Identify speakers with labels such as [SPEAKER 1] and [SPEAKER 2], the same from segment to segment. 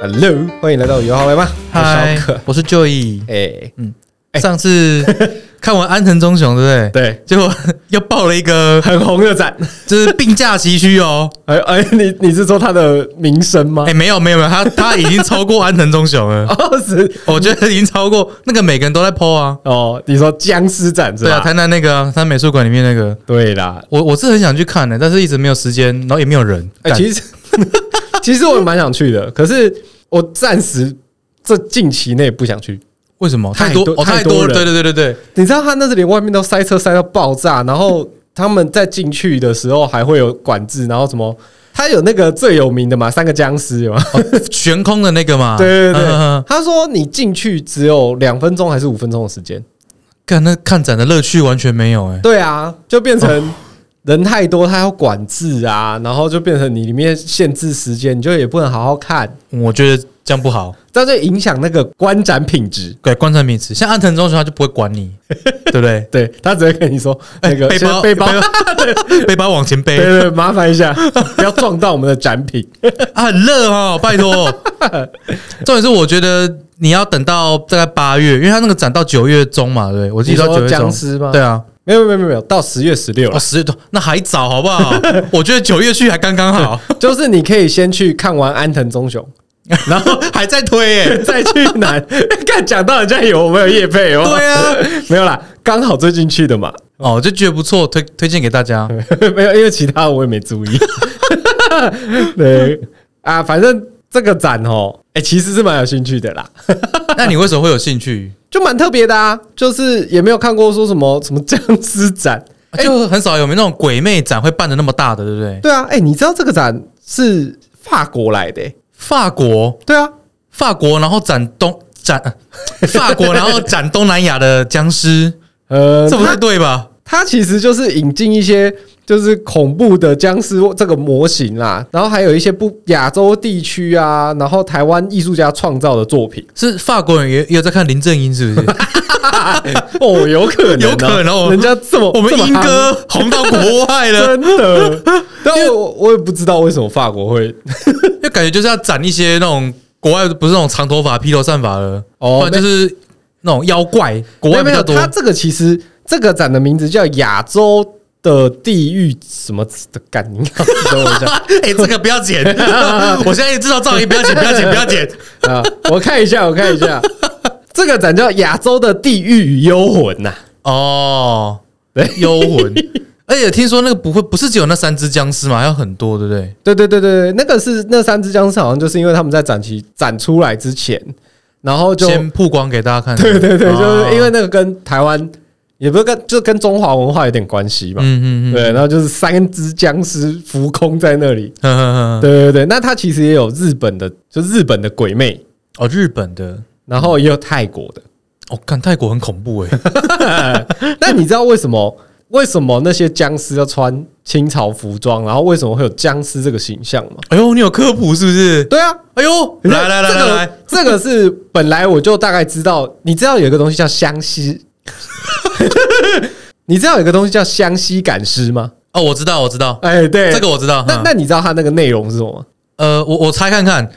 [SPEAKER 1] Hello，欢迎来到油耗来吧。
[SPEAKER 2] 嗨
[SPEAKER 1] 我是
[SPEAKER 2] 嗯
[SPEAKER 1] 小可，
[SPEAKER 2] 我是 Joy。
[SPEAKER 1] 哎、
[SPEAKER 2] 上次看完安藤忠雄，对不对？
[SPEAKER 1] 对，
[SPEAKER 2] 对，结果 又爆了一个，
[SPEAKER 1] 很红的展。
[SPEAKER 2] 就是并驾齐驱哦。
[SPEAKER 1] 哎哎，你你是说他的名声吗
[SPEAKER 2] 哎、？没有没有没有，他他已经超过安藤忠雄了，
[SPEAKER 1] 哦是
[SPEAKER 2] 我觉得已经超过那个每个人都在 PO 啊。
[SPEAKER 1] 哦，你说僵尸展是
[SPEAKER 2] 对啊，
[SPEAKER 1] 吧？
[SPEAKER 2] 台南那个啊，他美术馆里面那个，
[SPEAKER 1] 对啦，
[SPEAKER 2] 我我是很想去看的、但是一直没有时间，然后也没有人。
[SPEAKER 1] 哎、
[SPEAKER 2] 干
[SPEAKER 1] 其实 其实我蛮想去的，可是我暂时这近期内不想去。
[SPEAKER 2] 为什么
[SPEAKER 1] 太
[SPEAKER 2] 太
[SPEAKER 1] 多
[SPEAKER 2] 多哦
[SPEAKER 1] 太
[SPEAKER 2] 太
[SPEAKER 1] 多
[SPEAKER 2] 多
[SPEAKER 1] 人
[SPEAKER 2] 了？对对对对 对，
[SPEAKER 1] 你知道他那是连外面都塞车塞到爆炸，然后他们在进去的时候还会有管制，然后什么？他有那个最有名的嘛，三个僵尸有吗？
[SPEAKER 2] 悬空的那个嘛。
[SPEAKER 1] 对对对，
[SPEAKER 2] 嗯嗯嗯
[SPEAKER 1] 他说你进去只有两分钟还是五分钟的时间。
[SPEAKER 2] 干那看展的乐趣完全没有哎、
[SPEAKER 1] 对啊，就变成人太多，他要管制啊，然后就变成你里面限制时间，你就也不能好好看，
[SPEAKER 2] 我觉得这样不好。
[SPEAKER 1] 这样就影响那个观展品质。
[SPEAKER 2] 对，观察名词，像安藤忠雄他就不会管 你，对不对？
[SPEAKER 1] 对他只会跟你说那个
[SPEAKER 2] 哎背
[SPEAKER 1] 先
[SPEAKER 2] 包哎
[SPEAKER 1] 背包，
[SPEAKER 2] 背包往前
[SPEAKER 1] 对
[SPEAKER 2] 背
[SPEAKER 1] 对，对麻烦一下，不要撞到我们的展品。
[SPEAKER 2] 啊，很热哦，拜托。重点是我觉得你要等到大概八月，因为他那个展到九月中嘛，对不对 我记
[SPEAKER 1] 你
[SPEAKER 2] 得到
[SPEAKER 1] 说
[SPEAKER 2] 九月
[SPEAKER 1] 僵
[SPEAKER 2] 中。
[SPEAKER 1] 尸吗？
[SPEAKER 2] 对，啊，
[SPEAKER 1] 没有没有没有没有，到十月十六
[SPEAKER 2] 哦，
[SPEAKER 1] 了，
[SPEAKER 2] 十月多那还早，好不好？我觉得九月去还刚刚 好，
[SPEAKER 1] 就是你可以先去看完安藤忠雄，
[SPEAKER 2] 然后还在推耶。
[SPEAKER 1] 再去南。 看讲到人家有没有叶配哦？
[SPEAKER 2] 对啊，
[SPEAKER 1] 没有啦，刚好最近去的嘛，
[SPEAKER 2] 哦，就觉得不错，推推荐给大家。
[SPEAKER 1] 没有，因为其他我也没注意。 对啊，反正这个展哦，哎、其实是蛮有兴趣的啦，
[SPEAKER 2] 那你为什么会有兴趣？
[SPEAKER 1] 就蛮特别的啊，就是也没有看过说什么什么僵尸展。哎
[SPEAKER 2] 就很少有没那种鬼魅展会办的那么大的，对不对？
[SPEAKER 1] 对啊，哎、你知道这个展是法国来的欸、
[SPEAKER 2] 法国
[SPEAKER 1] 对啊，
[SPEAKER 2] 法国，然后展东展呃 法国，然后展东南亚的 僵尸，
[SPEAKER 1] 呃，
[SPEAKER 2] 这不太
[SPEAKER 1] 它
[SPEAKER 2] 对吧？
[SPEAKER 1] 它其实就是引进一些就是恐怖的僵尸这个模型啦，然后还有一些不亚洲地区啊，然后台湾艺术家创造的作品。
[SPEAKER 2] 是法国人也也有在看林正英，是 不是？
[SPEAKER 1] 哦，有可能、
[SPEAKER 2] 有可能哦
[SPEAKER 1] 人家这么
[SPEAKER 2] 我们
[SPEAKER 1] 这么
[SPEAKER 2] 英
[SPEAKER 1] 夯
[SPEAKER 2] 哥红到国外了，
[SPEAKER 1] 真 的。但我我也不知道为什么法国会
[SPEAKER 2] 就感觉就是要展一些那种国外不是那种长头发披头散发的，
[SPEAKER 1] 哦
[SPEAKER 2] 不然就是那种妖怪，国外
[SPEAKER 1] 没
[SPEAKER 2] 比
[SPEAKER 1] 有
[SPEAKER 2] 较
[SPEAKER 1] 没
[SPEAKER 2] 多
[SPEAKER 1] 有，。它这个其实这个展的名字叫亚洲的地狱什么的感应，等我一 下
[SPEAKER 2] 哎，这个不要剪， 我现在知道噪音，不要剪，不要剪，不要 剪。
[SPEAKER 1] 啊，我看一下，我看一 下，这个展叫亚洲的地狱与幽魂呐、
[SPEAKER 2] 哦，
[SPEAKER 1] 对
[SPEAKER 2] 幽 魂。而且听说那个不会，不是只有那三只僵尸嘛，还有很多，对不对？
[SPEAKER 1] 对对对对，对那个是那三只僵尸，好像就是因为他们在展期展出来之前，然后就
[SPEAKER 2] 先曝光给大家看。
[SPEAKER 1] 对对对，就
[SPEAKER 2] 哦
[SPEAKER 1] 是因为那个跟台湾也不是跟就跟中华文化有点关系嘛，
[SPEAKER 2] 嗯嗯嗯，
[SPEAKER 1] 对，然后就是三只僵尸浮空在那里。
[SPEAKER 2] 呵呵呵
[SPEAKER 1] 对对对，那它其实也有日本的，就日本的鬼魅，
[SPEAKER 2] 哦，日本的，
[SPEAKER 1] 然后也有泰国的。
[SPEAKER 2] 哦，看泰国很恐怖哎，
[SPEAKER 1] 那你知道为什么？为什么那些僵尸要穿清朝服装？然后为什么会有僵尸这个形象吗？
[SPEAKER 2] 哎呦，你有科普是不是？
[SPEAKER 1] 对啊，
[SPEAKER 2] 哎呦，
[SPEAKER 1] 你知
[SPEAKER 2] 来
[SPEAKER 1] 道
[SPEAKER 2] 来来
[SPEAKER 1] 这个
[SPEAKER 2] 来来，
[SPEAKER 1] 这个是本来我就大概知道，你知道有一个东西叫湘西， 你知道有一个东西叫湘西赶尸吗？
[SPEAKER 2] 哦，我知道我知道，
[SPEAKER 1] 哎，对，
[SPEAKER 2] 这个嗯我知道。
[SPEAKER 1] 那
[SPEAKER 2] 哈
[SPEAKER 1] 那你知道它那个内容是什么吗？
[SPEAKER 2] 呃，我我猜看看，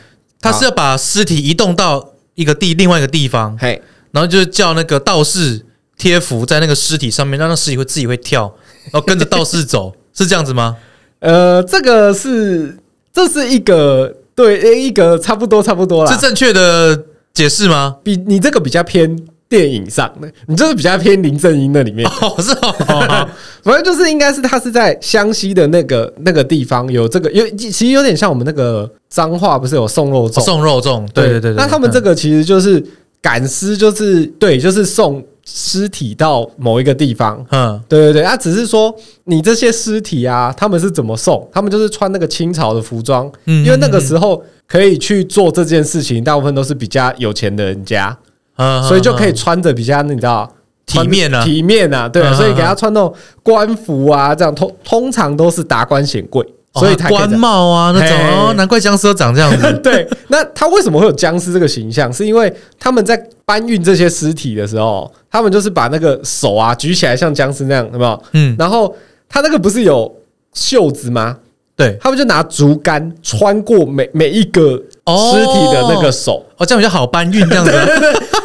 [SPEAKER 2] 他
[SPEAKER 1] 好
[SPEAKER 2] 是要把尸体移动到一个地另外一个地方，
[SPEAKER 1] 嘿，
[SPEAKER 2] 然后就是叫那个道士贴符在那个尸体上面，让那尸体会自己会跳，然后跟着道士走， 是这样 子吗？
[SPEAKER 1] 呃，这个是这是一个对诶一个差不多差不多
[SPEAKER 2] 是
[SPEAKER 1] 啦，
[SPEAKER 2] 正确的解释吗？
[SPEAKER 1] 比你这个比较偏电影上的，你这个比较偏林正英那里面，
[SPEAKER 2] 哦，是哦哦，好
[SPEAKER 1] 反正就是应该是他是在湘西的那个那个地方有这个有其实有点像我们那个彰化不是有送肉粽，
[SPEAKER 2] 哦送肉粽，对对对对。
[SPEAKER 1] 那他们这
[SPEAKER 2] 嗯
[SPEAKER 1] 个其实就是赶尸，就是对，就是送尸体到某一个地方，
[SPEAKER 2] 嗯，
[SPEAKER 1] 对对对，啊，只是说你这些尸体啊，他们是怎么送？他们就是穿那个清朝的服装，
[SPEAKER 2] 嗯
[SPEAKER 1] 因为那个时候可以去做这件事情，大部分都是比较有钱的人家，
[SPEAKER 2] 嗯
[SPEAKER 1] 所以就可以
[SPEAKER 2] 嗯嗯
[SPEAKER 1] 穿着比较你知道。
[SPEAKER 2] 体面啊
[SPEAKER 1] 穿体面啊，对啊，
[SPEAKER 2] 嗯嗯
[SPEAKER 1] 所以给他穿那种官服啊，这样通通常都是达官显贵，
[SPEAKER 2] 哦
[SPEAKER 1] 所以才可以这
[SPEAKER 2] 官
[SPEAKER 1] 样
[SPEAKER 2] 帽啊那种，
[SPEAKER 1] 嘿
[SPEAKER 2] 哦，难怪僵尸都长这样子。
[SPEAKER 1] 对，那他为什么会有僵尸这个形象？是因为他们在搬运这些尸体的时候，他们就是把那个手啊举起来像僵尸那样，有没有？
[SPEAKER 2] 嗯，
[SPEAKER 1] 然后他那个不是有袖子吗？
[SPEAKER 2] 对，
[SPEAKER 1] 他们就拿竹竿穿过每每一个
[SPEAKER 2] 哦
[SPEAKER 1] 尸体的那个手。
[SPEAKER 2] 哦，这样比较好搬运，这样子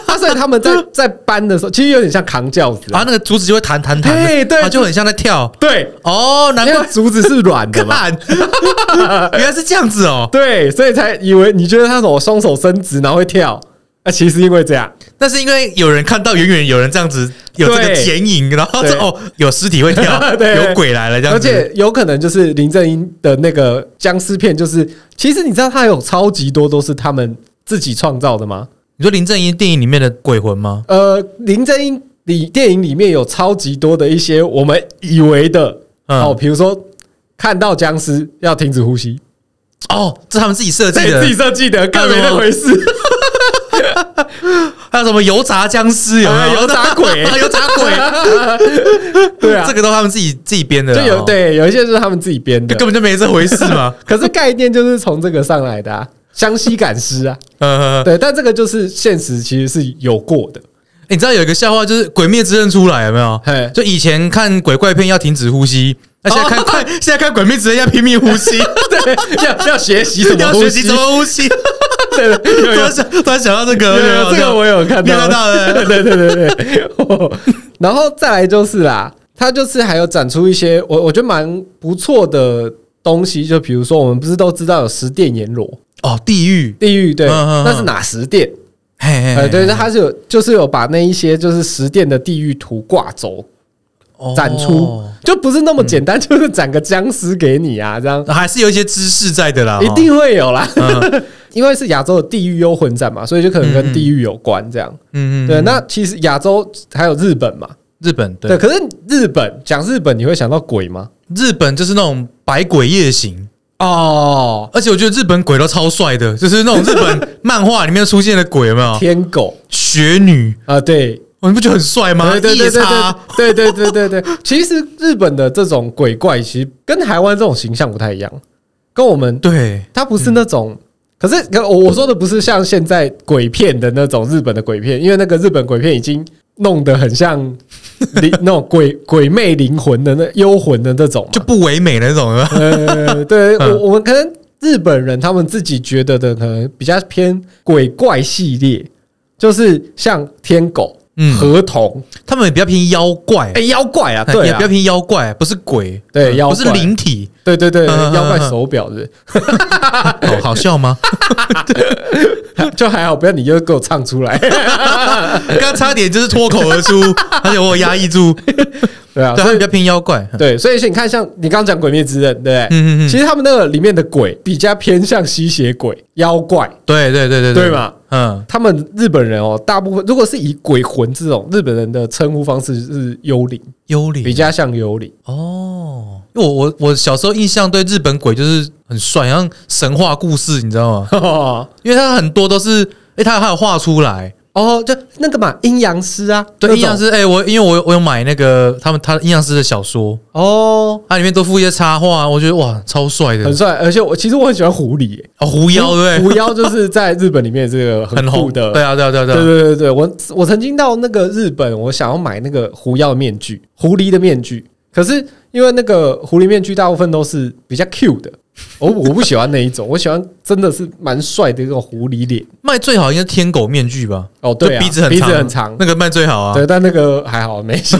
[SPEAKER 1] 啊，所以他们在在搬的时候，其实有点像扛轿子
[SPEAKER 2] 啊，
[SPEAKER 1] 啊。
[SPEAKER 2] 那个竹子就会弹弹弹的，
[SPEAKER 1] 嘿对
[SPEAKER 2] 啊就很像在跳。
[SPEAKER 1] 对，
[SPEAKER 2] 哦，难
[SPEAKER 1] 因为
[SPEAKER 2] 怪
[SPEAKER 1] 竹子是软的嘛。
[SPEAKER 2] 看， 原来是这样子哦。
[SPEAKER 1] 对，所以才以为你觉得他什么双手伸直然后会跳，啊，其实因为这样，
[SPEAKER 2] 但是因为有人看到远远有人这样子有这个
[SPEAKER 1] 对
[SPEAKER 2] 剪影，然后说
[SPEAKER 1] 对，
[SPEAKER 2] 哦有尸体会跳
[SPEAKER 1] 对
[SPEAKER 2] 有鬼来了这样
[SPEAKER 1] 而
[SPEAKER 2] 子。
[SPEAKER 1] 且有可能就是林正英的那个僵尸片，就是其实你知道他有超级多都是他们自己创造的吗？
[SPEAKER 2] 你说林正英电影里面的鬼魂吗？
[SPEAKER 1] 呃，林正英里电影里面有超级多的一些我们以为的，
[SPEAKER 2] 嗯
[SPEAKER 1] 哦，比如说看到僵尸要停止呼吸，
[SPEAKER 2] 哦，这是他们自己设计
[SPEAKER 1] 这自己
[SPEAKER 2] 的，
[SPEAKER 1] 设计的，更没那回事。
[SPEAKER 2] 还有什么油炸僵尸有没
[SPEAKER 1] 啊
[SPEAKER 2] 有？
[SPEAKER 1] 油炸鬼
[SPEAKER 2] 油炸 鬼，
[SPEAKER 1] 对啊
[SPEAKER 2] 这，个都他们自己自己编的啦，
[SPEAKER 1] 就有
[SPEAKER 2] 哦，
[SPEAKER 1] 对有一些就是他们自己编 的
[SPEAKER 2] 根，本就没这回事 嘛。
[SPEAKER 1] 可是概念就是从这个上来的啊，湘西赶尸啊，
[SPEAKER 2] 呃，
[SPEAKER 1] 对，但这个就是现实其实是有过的，
[SPEAKER 2] 欸你知道有一个笑话，就是《鬼灭之刃》出来有没有
[SPEAKER 1] 嘿？
[SPEAKER 2] 就以前看鬼怪片要停止呼吸，那现在 看快，现在看《鬼灭之刃》要拼命呼 吸，
[SPEAKER 1] 对，要要学习怎么
[SPEAKER 2] 要
[SPEAKER 1] 呼
[SPEAKER 2] 学习
[SPEAKER 1] 吸
[SPEAKER 2] 怎，么呼吸。
[SPEAKER 1] 对， 对
[SPEAKER 2] 突
[SPEAKER 1] 有有
[SPEAKER 2] 然想，突然想到这个，
[SPEAKER 1] 有有这个我有看
[SPEAKER 2] 你有看
[SPEAKER 1] 到，
[SPEAKER 2] 到对不
[SPEAKER 1] 对对对对对，哦然后再来就是啦，他就是还有展出一些我我觉得蛮不错的东西，就比如说我们不是都知道有十殿阎罗
[SPEAKER 2] 对哦，地狱，
[SPEAKER 1] 地狱，对，
[SPEAKER 2] 嗯嗯嗯
[SPEAKER 1] 那是哪十殿？
[SPEAKER 2] 嘿
[SPEAKER 1] 呃，对，那它是有就是有把那一些就是十殿的地狱图挂轴展出，
[SPEAKER 2] 哦
[SPEAKER 1] 就不是那么简单，就是展个僵尸给你啊，这样
[SPEAKER 2] 哦还是有一些知识在的啦，
[SPEAKER 1] 一定会有啦。
[SPEAKER 2] 哦，嗯
[SPEAKER 1] 因为是亚洲的地狱幽魂展嘛，所以就可能
[SPEAKER 2] 嗯嗯
[SPEAKER 1] 跟地狱有关这样。
[SPEAKER 2] 嗯嗯，
[SPEAKER 1] 对，
[SPEAKER 2] 嗯
[SPEAKER 1] 那其实亚洲还有日本嘛，
[SPEAKER 2] 日本
[SPEAKER 1] 对，
[SPEAKER 2] 对，
[SPEAKER 1] 可是日本讲日本，你会想到鬼吗？
[SPEAKER 2] 日本就是那种百鬼夜行。
[SPEAKER 1] 哦，
[SPEAKER 2] 而且我觉得日本鬼都超帅的，就是那种日 本漫画里面出现的鬼，有没有？
[SPEAKER 1] 天狗
[SPEAKER 2] 雪女，
[SPEAKER 1] 啊，对，
[SPEAKER 2] 哦你不觉得很帅吗？
[SPEAKER 1] 对对对
[SPEAKER 2] 夜叉
[SPEAKER 1] 对对对对对对对，其实日本的这种鬼怪，其实跟台湾这种形象不太一样，跟我们
[SPEAKER 2] 对，
[SPEAKER 1] 它不是那种，
[SPEAKER 2] 嗯
[SPEAKER 1] 可是可我我说的不是像现在鬼片的那种日本的鬼片，因为那个日本鬼片已经弄得很 像灵那种鬼鬼魅灵魂的那幽魂的那种嘛，
[SPEAKER 2] 就不唯美的那种了。
[SPEAKER 1] 呃，对
[SPEAKER 2] 嗯
[SPEAKER 1] 我我们可能日本人他们自己觉得的可能比较偏鬼怪系列，就是像天狗、
[SPEAKER 2] 嗯
[SPEAKER 1] 河童，
[SPEAKER 2] 他们也比较偏妖怪
[SPEAKER 1] 哎、，妖怪啊，
[SPEAKER 2] 也
[SPEAKER 1] 对
[SPEAKER 2] 比
[SPEAKER 1] 啊
[SPEAKER 2] 较，偏妖怪，不是鬼，
[SPEAKER 1] 对
[SPEAKER 2] 嗯
[SPEAKER 1] 妖
[SPEAKER 2] 不
[SPEAKER 1] 怪
[SPEAKER 2] 是灵体。
[SPEAKER 1] 对对对，
[SPEAKER 2] 嗯嗯嗯
[SPEAKER 1] 妖怪手表是
[SPEAKER 2] 哦，好笑吗？
[SPEAKER 1] 不是， 就还好，不要你又给我唱出来，
[SPEAKER 2] 刚刚差点就是脱口而出，而且我有压抑住。对，
[SPEAKER 1] 对啊，
[SPEAKER 2] 他
[SPEAKER 1] 所
[SPEAKER 2] 们
[SPEAKER 1] 以
[SPEAKER 2] 比较偏妖怪。
[SPEAKER 1] 对，所以你看，像你刚刚讲《鬼灭之刃》，对不对？
[SPEAKER 2] 嗯嗯嗯
[SPEAKER 1] 其实他们那个里面的鬼比较偏向吸血鬼、妖怪，
[SPEAKER 2] 对对对对
[SPEAKER 1] 对嘛？
[SPEAKER 2] 嗯，
[SPEAKER 1] 他们日本人哦，大部分如果是以鬼魂这种日本人的称呼方式是幽灵，
[SPEAKER 2] 幽灵
[SPEAKER 1] 比较像幽灵。
[SPEAKER 2] 哦。因为我我我小时候印象对日本鬼就是很帅，像神话故事，你知道吗？
[SPEAKER 1] 哦，
[SPEAKER 2] 因为他很多都是，哎、他还有画出来。
[SPEAKER 1] 就那个嘛，阴阳师啊，
[SPEAKER 2] 对，
[SPEAKER 1] 那
[SPEAKER 2] 阴阳
[SPEAKER 1] 种
[SPEAKER 2] 师，哎、我因为我我有买那个他们他阴阳师的小说，
[SPEAKER 1] 哦，
[SPEAKER 2] 它里面都附一些插画，我觉得哇，超帅的
[SPEAKER 1] 很，帅。而且我其实我很喜欢狐狸耶，
[SPEAKER 2] 哦，狐妖对不
[SPEAKER 1] 狐妖就是在日本里面这个
[SPEAKER 2] 对？很
[SPEAKER 1] 酷
[SPEAKER 2] 红
[SPEAKER 1] 的，
[SPEAKER 2] 对啊，对啊，对啊，
[SPEAKER 1] 对
[SPEAKER 2] 对啊，
[SPEAKER 1] 对对对，我我曾经到那个日本，我想要买那个狐妖面具，狐狸的面具，可是因为那个狐狸面具大部分都是比较 Q 的，我我不喜欢那一种，我喜欢真的是蛮帅的一种狐狸脸。
[SPEAKER 2] 卖最好应该是天狗面具吧？
[SPEAKER 1] 哦，对、啊，
[SPEAKER 2] 就鼻子很
[SPEAKER 1] 鼻
[SPEAKER 2] 长
[SPEAKER 1] 子很长，
[SPEAKER 2] 那个卖最好啊。
[SPEAKER 1] 对，但那个还好没 事。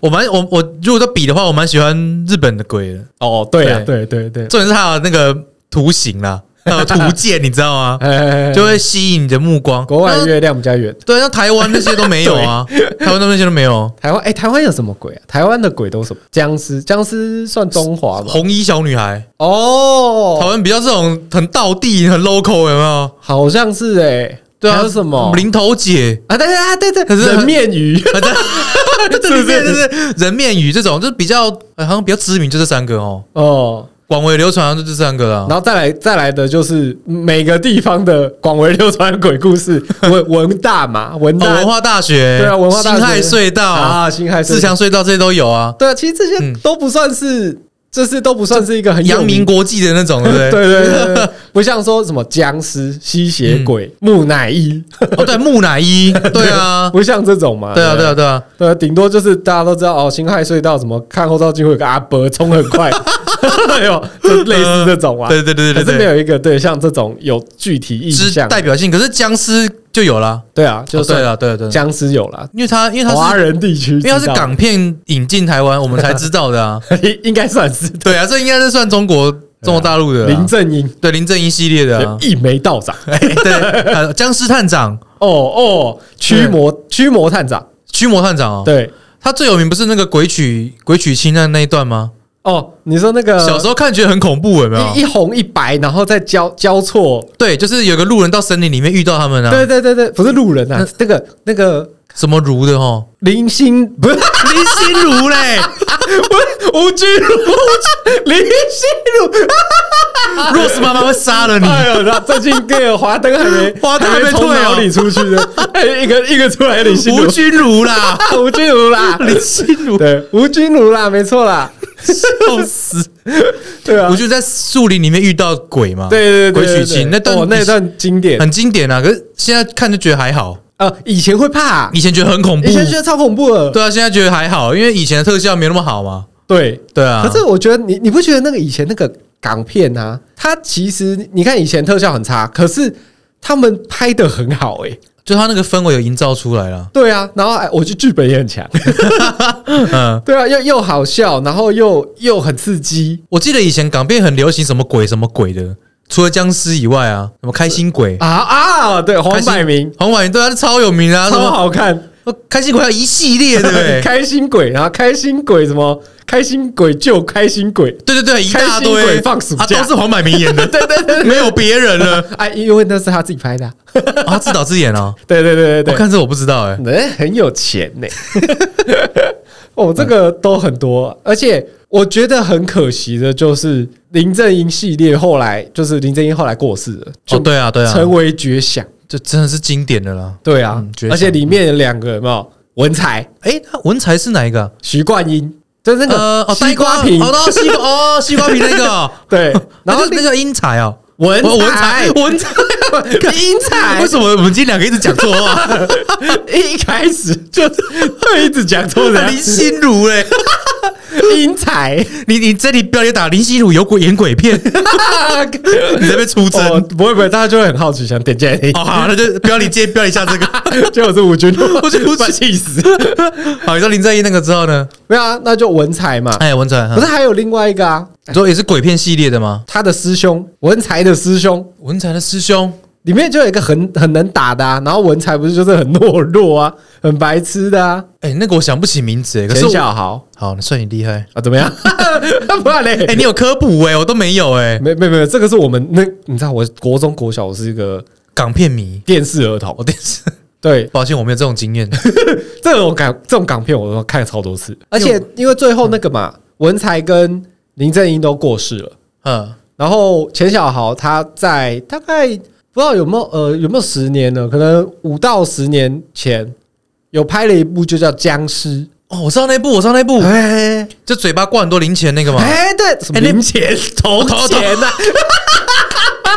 [SPEAKER 2] 我蛮我我如果说比的话，我蛮喜欢日本的鬼的，
[SPEAKER 1] 哦，对啊，对对对，
[SPEAKER 2] 重点是它有那个图形啦， 还有图鉴，你知道吗？
[SPEAKER 1] 哎，
[SPEAKER 2] 就
[SPEAKER 1] 就
[SPEAKER 2] 会吸引你的目光。
[SPEAKER 1] 国外
[SPEAKER 2] 那
[SPEAKER 1] 月亮比较圆。
[SPEAKER 2] 对，像台湾那些都没有 啊，台湾那些都没有。
[SPEAKER 1] 台湾哎、台湾有什么鬼啊？台湾的鬼都什么？僵尸，僵尸算中华吗？
[SPEAKER 2] 红衣小女孩，台
[SPEAKER 1] 哦，
[SPEAKER 2] 湾比较这种很道地、很 local 有没有？
[SPEAKER 1] 好像是哎、
[SPEAKER 2] 对啊，
[SPEAKER 1] 还有什么？
[SPEAKER 2] 零头姐？
[SPEAKER 1] 啊，对对啊，对对，
[SPEAKER 2] 可是
[SPEAKER 1] 人面鱼，
[SPEAKER 2] 啊对这里面就是人面鱼这种，就是比较呃好像比较知名，就这三个哦，
[SPEAKER 1] 哦，
[SPEAKER 2] 广为流传好像就这三个啦
[SPEAKER 1] 然。后再来再来的就是每个地方的广为流传的鬼故 事，文文大嘛，文
[SPEAKER 2] 哦，
[SPEAKER 1] 大、
[SPEAKER 2] 文化大学，
[SPEAKER 1] 对啊文化大学
[SPEAKER 2] 辛亥隧道
[SPEAKER 1] 啊，辛亥
[SPEAKER 2] 自强隧道这些都有啊。
[SPEAKER 1] 对啊，其实这些
[SPEAKER 2] 嗯
[SPEAKER 1] 都不算是这次都不算是一个很有
[SPEAKER 2] 扬名
[SPEAKER 1] 名。
[SPEAKER 2] 国际的那种，对不
[SPEAKER 1] 对
[SPEAKER 2] 对？
[SPEAKER 1] 对对 对，不像说什么僵尸、吸血
[SPEAKER 2] 嗯
[SPEAKER 1] 鬼、木乃 伊，
[SPEAKER 2] 哦，对，木乃伊，对啊，
[SPEAKER 1] 不像这种嘛。
[SPEAKER 2] 对啊，
[SPEAKER 1] 不
[SPEAKER 2] 对啊，对啊，
[SPEAKER 1] 对，顶多就是大家都知道哦，辛亥隧道什么看后照镜会有个阿伯冲很快， 哎呦，就类似这种啊。
[SPEAKER 2] 对对对对
[SPEAKER 1] 可是没
[SPEAKER 2] 对对，
[SPEAKER 1] 有一个对像这种有具体意
[SPEAKER 2] 之
[SPEAKER 1] 向，
[SPEAKER 2] 代表性。可是僵尸就有啦，
[SPEAKER 1] 对啊，就
[SPEAKER 2] 哦对
[SPEAKER 1] 是
[SPEAKER 2] 了，对了对了，
[SPEAKER 1] 僵尸有啦，
[SPEAKER 2] 因为他因为他
[SPEAKER 1] 华
[SPEAKER 2] 是
[SPEAKER 1] 人地区知
[SPEAKER 2] 因
[SPEAKER 1] 道，
[SPEAKER 2] 为他是港片引进台湾，我们才知道的啊。
[SPEAKER 1] 应该算是
[SPEAKER 2] 对啊，这应该是算中国中国大陆的啦
[SPEAKER 1] 林正英
[SPEAKER 2] 对林正英系列的啊。
[SPEAKER 1] 一眉道 长，
[SPEAKER 2] 对，呃僵尸探长、
[SPEAKER 1] 哦哦，驱魔驱魔探长，
[SPEAKER 2] 驱魔探长哦，
[SPEAKER 1] 对
[SPEAKER 2] 他最有名不是那个鬼曲鬼曲清那那一段吗？
[SPEAKER 1] 哦，你说那个
[SPEAKER 2] 小时候看觉得很恐怖，有没有
[SPEAKER 1] 一？一红一白，然后再交交错，
[SPEAKER 2] 对，就是有个路人到森林里面遇到他们啊，
[SPEAKER 1] 对对对对，不是路人啊，那个那个
[SPEAKER 2] 什么如的哦，
[SPEAKER 1] 林心 不是。
[SPEAKER 2] 林心如 嘞，
[SPEAKER 1] 吴君如、 林心如，
[SPEAKER 2] 若是妈妈会杀了你。
[SPEAKER 1] 哎呦，然后最近更有华灯还没
[SPEAKER 2] 华灯还没退哦
[SPEAKER 1] 从脑里出去 的，哎，一个一个出来林心如
[SPEAKER 2] 吴，君 如啦，
[SPEAKER 1] 吴君如啦，
[SPEAKER 2] 林心 如，
[SPEAKER 1] 对，吴君如啦，没错啦，
[SPEAKER 2] 笑死！
[SPEAKER 1] 对啊
[SPEAKER 2] 我，就在树林里面遇到鬼嘛，
[SPEAKER 1] 对对对，
[SPEAKER 2] 鬼
[SPEAKER 1] 对
[SPEAKER 2] 取经那段
[SPEAKER 1] 哦那段经典
[SPEAKER 2] 很经典啊。可是现在看就觉得还好，
[SPEAKER 1] 啊，以前会怕，
[SPEAKER 2] 以前觉得很恐怖
[SPEAKER 1] 以，前觉得超恐怖的，
[SPEAKER 2] 对啊，现在觉得还好，因为以前的特效没那么好嘛，
[SPEAKER 1] 对。
[SPEAKER 2] 对啊。
[SPEAKER 1] 可是我觉得你你不觉得那个以前那个港片啊，它其实你看以前特效很差，可是他们拍的很好哎、
[SPEAKER 2] 就他那个氛围有营造出来了，
[SPEAKER 1] 对啊，然后哎，我觉得剧本也很强。
[SPEAKER 2] 嗯。
[SPEAKER 1] 对啊，又又好笑，然后又又很刺激
[SPEAKER 2] 我记得以前港片很流行什么鬼什么鬼的，除了僵尸以外啊，什么开心鬼、
[SPEAKER 1] 啊啊！对，黄百鸣
[SPEAKER 2] 黄婉莹，对啊，超有名的啊，什
[SPEAKER 1] 超
[SPEAKER 2] 么
[SPEAKER 1] 好看，
[SPEAKER 2] 开心鬼还有一系列的、欸，
[SPEAKER 1] 开心鬼，然后开心鬼什么开心鬼救开心鬼，
[SPEAKER 2] 对对对，一大
[SPEAKER 1] 开心
[SPEAKER 2] 堆
[SPEAKER 1] 鬼放暑假
[SPEAKER 2] 啊，都是黄百鸣 演的，对对对，没有别人了，
[SPEAKER 1] 哎、因为那是他自己拍的啊、
[SPEAKER 2] 啊他自导自演哦。
[SPEAKER 1] 对对对对
[SPEAKER 2] 我
[SPEAKER 1] 对，
[SPEAKER 2] 看这我不知道哎、
[SPEAKER 1] 人很有钱 呢、哦，这个都很多，啊而且我觉得很可惜的就是林正英系列后来就是林正英后来过世了，就
[SPEAKER 2] 哦，对啊，对啊，
[SPEAKER 1] 成为绝响。
[SPEAKER 2] 这真的是经典的啦。
[SPEAKER 1] 对啊，
[SPEAKER 2] 嗯绝响
[SPEAKER 1] 而且里面有两个有没有文才？
[SPEAKER 2] 哎、那文才是哪一个啊？
[SPEAKER 1] 徐冠英，就是那
[SPEAKER 2] 呃，
[SPEAKER 1] 个
[SPEAKER 2] 哦，
[SPEAKER 1] 嗯西瓜
[SPEAKER 2] 呆
[SPEAKER 1] 皮，
[SPEAKER 2] 哦，西瓜，哦，西瓜皮那个哦，
[SPEAKER 1] 对，
[SPEAKER 2] 然
[SPEAKER 1] 然
[SPEAKER 2] 后
[SPEAKER 1] 后
[SPEAKER 2] 那叫英才哦，
[SPEAKER 1] 文
[SPEAKER 2] 哦文才
[SPEAKER 1] 才，
[SPEAKER 2] 文才，
[SPEAKER 1] 英才
[SPEAKER 2] 为，什么我们今天两个一直讲错 话？
[SPEAKER 1] 一开始就就一直讲错人
[SPEAKER 2] 林，心如哎、
[SPEAKER 1] 英 才，
[SPEAKER 2] 你你这里标题打林心如有鬼演鬼片， 你这边出征。
[SPEAKER 1] 哦，不会不会，大家就会很好奇，想点进来听，
[SPEAKER 2] 哦，好，那就标题接标题下这个。
[SPEAKER 1] 结果是哦吴军，
[SPEAKER 2] 我就不
[SPEAKER 1] 把气死，
[SPEAKER 2] 好，你说林正英那个之后呢？
[SPEAKER 1] 没有啊，那就文才嘛，
[SPEAKER 2] 哎，文才，
[SPEAKER 1] 可是
[SPEAKER 2] 嗯
[SPEAKER 1] 还有另外一个啊，
[SPEAKER 2] 你说也是鬼片系列的吗？
[SPEAKER 1] 他的师兄文才的师兄。
[SPEAKER 2] 文才的师兄，
[SPEAKER 1] 里面就有一个很很能打的啊，然后文才不是就是很懦弱啊， 很白痴的啊，
[SPEAKER 2] 哎，那个我想不起名字哎，可是
[SPEAKER 1] 钱
[SPEAKER 2] 我
[SPEAKER 1] 小豪
[SPEAKER 2] 好，算你厉害。
[SPEAKER 1] 啊，怎么样？ 不然 嘞，
[SPEAKER 2] 哎，你有科普哎，我都没有哎，
[SPEAKER 1] 没没没，这个是我们那你知道，我国中国小我是一个
[SPEAKER 2] 港片迷，
[SPEAKER 1] 电视儿童
[SPEAKER 2] 我，电视，
[SPEAKER 1] 对
[SPEAKER 2] 抱歉我没有这种经验。
[SPEAKER 1] 这种港这种港片我都看了超多次，而且因为最后那个嘛，文才跟林正英都过世了，
[SPEAKER 2] 嗯，
[SPEAKER 1] 然后钱小豪他在大概不知道有没有呃有没有十年了，可能五到十年前有拍了一部就叫《僵尸
[SPEAKER 2] 哦，我知道那部，我知道那》，部，
[SPEAKER 1] 哎
[SPEAKER 2] 就嘴巴挂很多零钱那个嘛。
[SPEAKER 1] 哎对，什么
[SPEAKER 2] 啊哎那
[SPEAKER 1] 零钱铜
[SPEAKER 2] 头
[SPEAKER 1] 钱 呐、啊。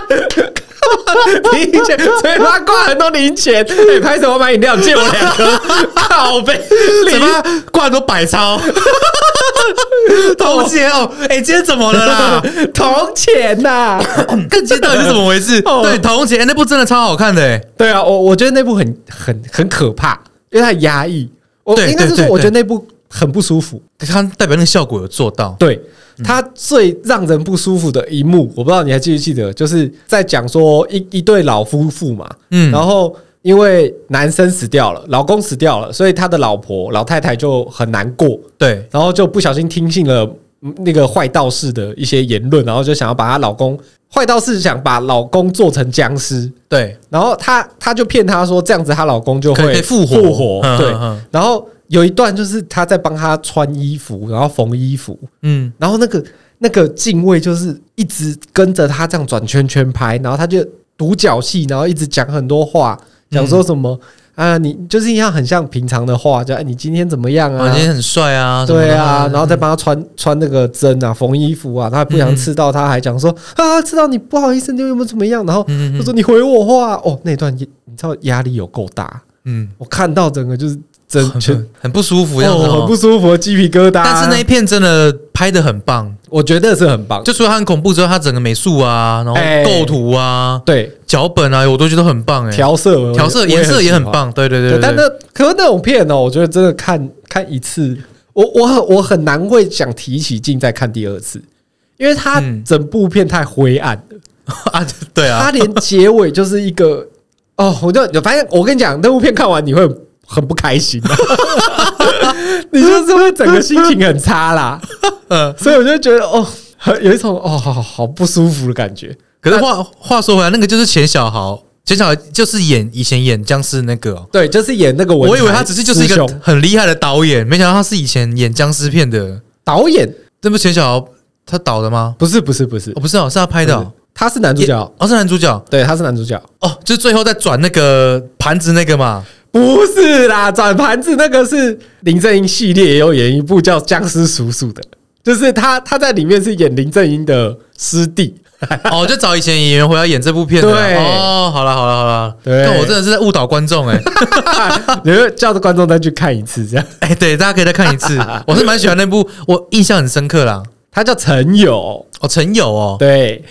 [SPEAKER 1] 零 钱，嘴巴挂很多零 钱，哎，拍什么买饮料借我两 颗，
[SPEAKER 2] 哦
[SPEAKER 1] 靠背，
[SPEAKER 2] 嘴
[SPEAKER 1] 零
[SPEAKER 2] 巴挂很多 百钞，铜钱哦，哎、今天怎么 了啦？
[SPEAKER 1] 铜钱 呐、
[SPEAKER 2] 今天到底是怎么回事？
[SPEAKER 1] 哦
[SPEAKER 2] 对，铜钱、哎那部真的超好看的、哎
[SPEAKER 1] 对啊，我我觉得那部很很很可怕，因为它很压抑。我
[SPEAKER 2] 对
[SPEAKER 1] 应该是
[SPEAKER 2] 对
[SPEAKER 1] 说，
[SPEAKER 2] 对
[SPEAKER 1] 我觉得那部很不舒服。
[SPEAKER 2] 它代表那个效果有做到。
[SPEAKER 1] 对，
[SPEAKER 2] 嗯
[SPEAKER 1] 它最让人不舒服的一幕，我不知道你还记不记得，就是在讲说一一对老夫妇嘛，
[SPEAKER 2] 嗯
[SPEAKER 1] 然后因为男生死掉了，老公死掉了，所以他的老婆老太太就很难过，
[SPEAKER 2] 对，
[SPEAKER 1] 然后就不小心听信了嗯那个坏道士的一些言论，然后就想要把她老公坏道士想把老公做成僵尸，
[SPEAKER 2] 对，
[SPEAKER 1] 然后她她就骗她说这样子她老公就
[SPEAKER 2] 可以
[SPEAKER 1] 会
[SPEAKER 2] 可以复活
[SPEAKER 1] 复活
[SPEAKER 2] 嗯
[SPEAKER 1] 对
[SPEAKER 2] 嗯嗯，
[SPEAKER 1] 然后有一段就是她在帮她穿衣服，然后缝衣服，
[SPEAKER 2] 嗯，
[SPEAKER 1] 然后那个那个镜位就是一直跟着她这样转圈圈拍，然后她就独角戏，然后一直讲很多话，讲说什么。啊，你就是一样很像平常的话，就哎，你今天怎么样
[SPEAKER 2] 哇，
[SPEAKER 1] 啊
[SPEAKER 2] 嗯今？天很帅啊，什么的
[SPEAKER 1] 对啊，然后再帮他穿穿那个针啊，缝衣服啊，他还不想刺到他，还讲说啊，刺到你不好意思，你有没有怎么样？然后
[SPEAKER 2] 嗯
[SPEAKER 1] 他
[SPEAKER 2] 嗯
[SPEAKER 1] 说你回我话哦，那段也你知道压力有够大，
[SPEAKER 2] 嗯，
[SPEAKER 1] 我看到整个就是
[SPEAKER 2] 很
[SPEAKER 1] 整全
[SPEAKER 2] 很不舒服，这样子
[SPEAKER 1] 哦
[SPEAKER 2] 哦
[SPEAKER 1] 很不舒服，鸡皮疙瘩。
[SPEAKER 2] 但是那一片真的拍的很棒，
[SPEAKER 1] 我觉得是很棒，
[SPEAKER 2] 就除了它很恐怖之外，它整个美术啊，然后
[SPEAKER 1] 哎
[SPEAKER 2] 构图啊、
[SPEAKER 1] 对
[SPEAKER 2] 脚本啊，我都觉得很棒哎。
[SPEAKER 1] 调色
[SPEAKER 2] 调色颜色也很。
[SPEAKER 1] 我我喜欢
[SPEAKER 2] 棒，对对对
[SPEAKER 1] 对，
[SPEAKER 2] 对。
[SPEAKER 1] 但那可是那种片哦，我觉得真的看看一次，我我很我很难会想提起劲再看第二次，因为它
[SPEAKER 2] 嗯
[SPEAKER 1] 整部片太灰暗了，
[SPEAKER 2] 啊，对啊
[SPEAKER 1] 它，连结尾就是一个哦，我就反正我跟你讲，那部片看完你会很不开心、 你就是会整个心情很差啦，
[SPEAKER 2] 嗯。
[SPEAKER 1] 所以我就觉得哦，很有一种哦好好好不舒服的感觉。
[SPEAKER 2] 可是话话说回来，那个就是钱小豪，钱小豪就是演以前演僵尸那个哦、
[SPEAKER 1] 对，就是演那个文，
[SPEAKER 2] 我以为他只是就是一
[SPEAKER 1] 师
[SPEAKER 2] 个
[SPEAKER 1] 兄
[SPEAKER 2] 很厉害的导演，没想到他是以前演僵尸片的。
[SPEAKER 1] 导演，
[SPEAKER 2] 这不钱小豪他导的吗？
[SPEAKER 1] 不是不是不是
[SPEAKER 2] 哦，，不是哦，是他拍的
[SPEAKER 1] 不
[SPEAKER 2] 哦
[SPEAKER 1] 是，他是男主角，
[SPEAKER 2] 哦，是男主角
[SPEAKER 1] 对，他是男主角。
[SPEAKER 2] 哦，就最后再转那个盘子那个嘛。
[SPEAKER 1] 不是啦，转盘子那个是林正英系列也有演一部叫《僵尸叔叔》的，就是他他在里面是演林正英的师弟。
[SPEAKER 2] 哦，就找以前演员回来演这部片的啦。
[SPEAKER 1] 对
[SPEAKER 2] 哦，好了好了好了，
[SPEAKER 1] 对
[SPEAKER 2] 那我真的是在误导观众哎、
[SPEAKER 1] 你就叫着观众再去看一次，这样。
[SPEAKER 2] 哎、对，大家可以再看一次。我是蛮喜欢那部，我印象很深刻啦。
[SPEAKER 1] 他叫陈友，
[SPEAKER 2] 哦，陈友哦，
[SPEAKER 1] 对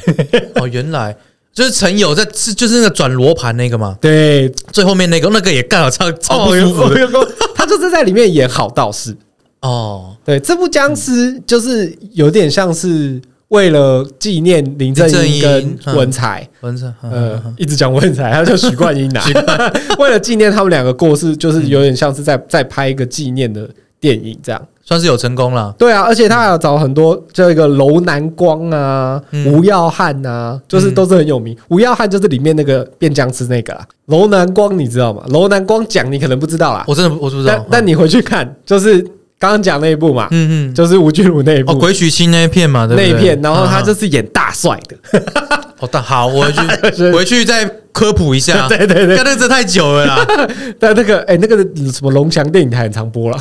[SPEAKER 2] 哦，原来就是陈友在是就是那个转罗盘那个嘛，
[SPEAKER 1] 对，
[SPEAKER 2] 最后面那个那个也干好超
[SPEAKER 1] 哦
[SPEAKER 2] 超不舒服的
[SPEAKER 1] 有有他就是在里面演好道士。
[SPEAKER 2] 哦，
[SPEAKER 1] 对，这部僵尸就是有点像是为了纪念林正英
[SPEAKER 2] 林正
[SPEAKER 1] 跟
[SPEAKER 2] 英
[SPEAKER 1] 文才，
[SPEAKER 2] 文生，嗯，
[SPEAKER 1] 呃，一直讲文才，他叫 许冠英嗯啊。为了纪念他们两个过世，就是有点像是在在拍一个纪念的电影这样。
[SPEAKER 2] 算是有成功了。
[SPEAKER 1] 对啊，而且他还有找很多这个楼南光啊、
[SPEAKER 2] 嗯
[SPEAKER 1] 吴耀汉啊，就是都是很有名。吴耀汉就是里面那个变僵尸那个啦。楼南光你知道吗？楼南光讲你可能不知道啦，
[SPEAKER 2] 嗯我真的我知不知
[SPEAKER 1] 但
[SPEAKER 2] 道？
[SPEAKER 1] 但你回去看，就是刚刚讲那一部嘛，
[SPEAKER 2] 嗯嗯，
[SPEAKER 1] 就是吴君如那一
[SPEAKER 2] 哦，
[SPEAKER 1] 部。
[SPEAKER 2] 鬼娶亲那一片嘛，对不
[SPEAKER 1] 那一
[SPEAKER 2] 对？
[SPEAKER 1] 片，然后他就
[SPEAKER 2] 嗯
[SPEAKER 1] 是演大帅 的，
[SPEAKER 2] 嗯哦，但好，我回
[SPEAKER 1] 就是
[SPEAKER 2] 去回去再科普一下。
[SPEAKER 1] 对对对
[SPEAKER 2] 干，那这太久了啦。
[SPEAKER 1] 但那个哎、那个什么龙翔电影台很常播了，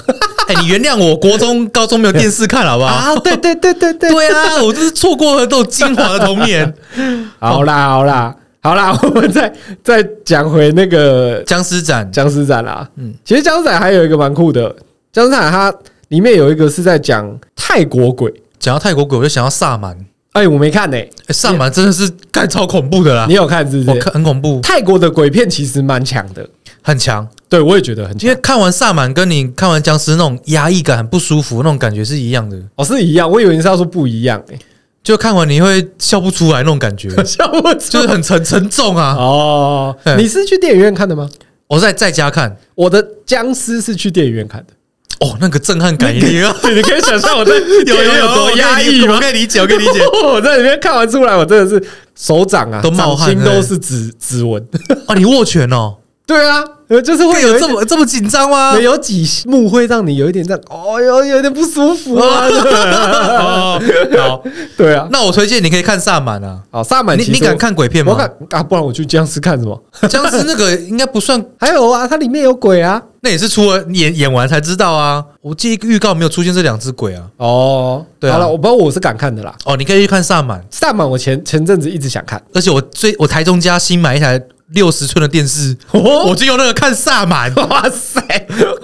[SPEAKER 2] 哎，你原谅我，国中、高中没有电视看，好不 好？
[SPEAKER 1] 啊，对对对对对，
[SPEAKER 2] 对啊，我这是错过了都精华的童年。
[SPEAKER 1] 好啦好啦好啦，我们再再讲回那个
[SPEAKER 2] 僵尸展，
[SPEAKER 1] 僵尸展啦。嗯
[SPEAKER 2] 嗯，
[SPEAKER 1] 其实僵尸展还有一个蛮酷的，僵尸展它里面有一个是在讲泰国鬼，
[SPEAKER 2] 讲到泰国鬼，我就想到萨满。
[SPEAKER 1] 哎，我没看呢、
[SPEAKER 2] 哎萨满真的是干超恐怖的啦
[SPEAKER 1] 你，有啊看是不
[SPEAKER 2] 我
[SPEAKER 1] 是？
[SPEAKER 2] 看很恐怖，
[SPEAKER 1] 泰国的鬼片其实蛮强的，
[SPEAKER 2] 很强。
[SPEAKER 1] 对我也觉得很
[SPEAKER 2] 因
[SPEAKER 1] 强
[SPEAKER 2] 为。看完萨满跟你看完僵尸那种压抑感、很不舒服那种感觉是一样的，
[SPEAKER 1] 哦，是一样，我以为你是要说不一样、欸，
[SPEAKER 2] 就看完你会笑不出来那种感 觉，
[SPEAKER 1] 笑我就
[SPEAKER 2] 就是很沉沉重啊。
[SPEAKER 1] 哦，
[SPEAKER 2] 嗯
[SPEAKER 1] 你是去电影院看的吗？
[SPEAKER 2] 我在在家看，
[SPEAKER 1] 我的僵尸是去电影院看的，
[SPEAKER 2] 哦，那个震撼感一定要
[SPEAKER 1] 对，你可以想象 我在
[SPEAKER 2] 有有有
[SPEAKER 1] 多
[SPEAKER 2] 我可以
[SPEAKER 1] 压抑
[SPEAKER 2] 理
[SPEAKER 1] 吗
[SPEAKER 2] 我？可以理解，我可以理 解。
[SPEAKER 1] 我在里面看完出来，我真的是手掌啊，
[SPEAKER 2] 都冒汗
[SPEAKER 1] 掌心都是指指纹。
[SPEAKER 2] 哦，你握拳 哦，
[SPEAKER 1] 对啊，呃就是会
[SPEAKER 2] 会
[SPEAKER 1] 有
[SPEAKER 2] 有
[SPEAKER 1] 这
[SPEAKER 2] 这
[SPEAKER 1] 么
[SPEAKER 2] 么这么紧张吗？
[SPEAKER 1] 有几幕会让你有一点这样，哦哟，有点不舒服 啊。
[SPEAKER 2] 哦， 好，
[SPEAKER 1] 对啊，
[SPEAKER 2] 那我推荐你可以看萨满啊。
[SPEAKER 1] 好，萨满
[SPEAKER 2] 你
[SPEAKER 1] 其实
[SPEAKER 2] 你敢
[SPEAKER 1] 我？
[SPEAKER 2] 看鬼片
[SPEAKER 1] 我
[SPEAKER 2] 吗？
[SPEAKER 1] 敢啊，不然我去僵尸看什么？
[SPEAKER 2] 僵尸那个应该不算，
[SPEAKER 1] 还有啊，它里面有鬼啊。
[SPEAKER 2] 那也是出了演演完才知道啊。我记得预告没有出现这两只鬼啊。
[SPEAKER 1] 哦，
[SPEAKER 2] 对啊
[SPEAKER 1] 好了，我不知道我是敢看的啦。
[SPEAKER 2] 哦，你可以去看萨满。
[SPEAKER 1] 萨满我前前阵子一直想看，
[SPEAKER 2] 而且我最我台中家新买一台六十寸的电视，
[SPEAKER 1] 哦
[SPEAKER 2] 我就用那个看萨 满，
[SPEAKER 1] 哇塞，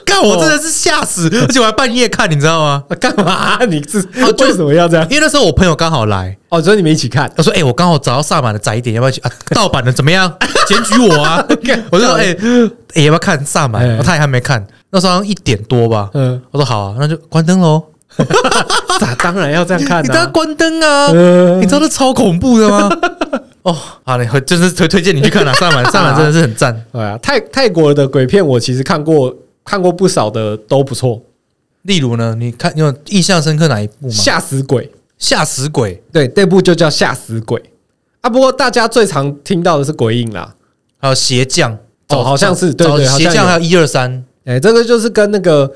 [SPEAKER 2] 干我真的是吓死，
[SPEAKER 1] 哦
[SPEAKER 2] 而且我还半夜看，你知道吗？
[SPEAKER 1] 干嘛？啊你是
[SPEAKER 2] 哦就
[SPEAKER 1] 为什么要这样？
[SPEAKER 2] 因为那时候我朋友刚好来，
[SPEAKER 1] 哦，所以你们一起看。
[SPEAKER 2] 他说：“哎、我刚好找到萨满的宅点，要不 要去啊？盗版的怎么样？检举我啊！”我就说：“哎、哎要不要看萨满？”
[SPEAKER 1] 哎
[SPEAKER 2] 他也还没看，那时候好像一点多吧。
[SPEAKER 1] 嗯，
[SPEAKER 2] 我说：“好啊，那就关灯喽。
[SPEAKER 1] 咋当然要这样看
[SPEAKER 2] 你
[SPEAKER 1] 啊
[SPEAKER 2] 当然关灯啊！
[SPEAKER 1] 嗯
[SPEAKER 2] 你知道那超恐怖 的吗？哦，好嘞，真是推推荐你去看啊，萨满，萨满真的是很赞。
[SPEAKER 1] 对啊，泰泰国的鬼片我其实看过，看过不少的，都不错。
[SPEAKER 2] 例如呢，你看你有印象深刻哪一部吗？
[SPEAKER 1] 吓死鬼，
[SPEAKER 2] 吓死鬼
[SPEAKER 1] 对，这部就叫吓死鬼啊。不过大家最常听到的是鬼影啦，
[SPEAKER 2] 还有鞋匠
[SPEAKER 1] 哦好像是对
[SPEAKER 2] 找
[SPEAKER 1] 对好像
[SPEAKER 2] 鞋匠
[SPEAKER 1] 有
[SPEAKER 2] 还有一二三，
[SPEAKER 1] 哎、这个就是跟那个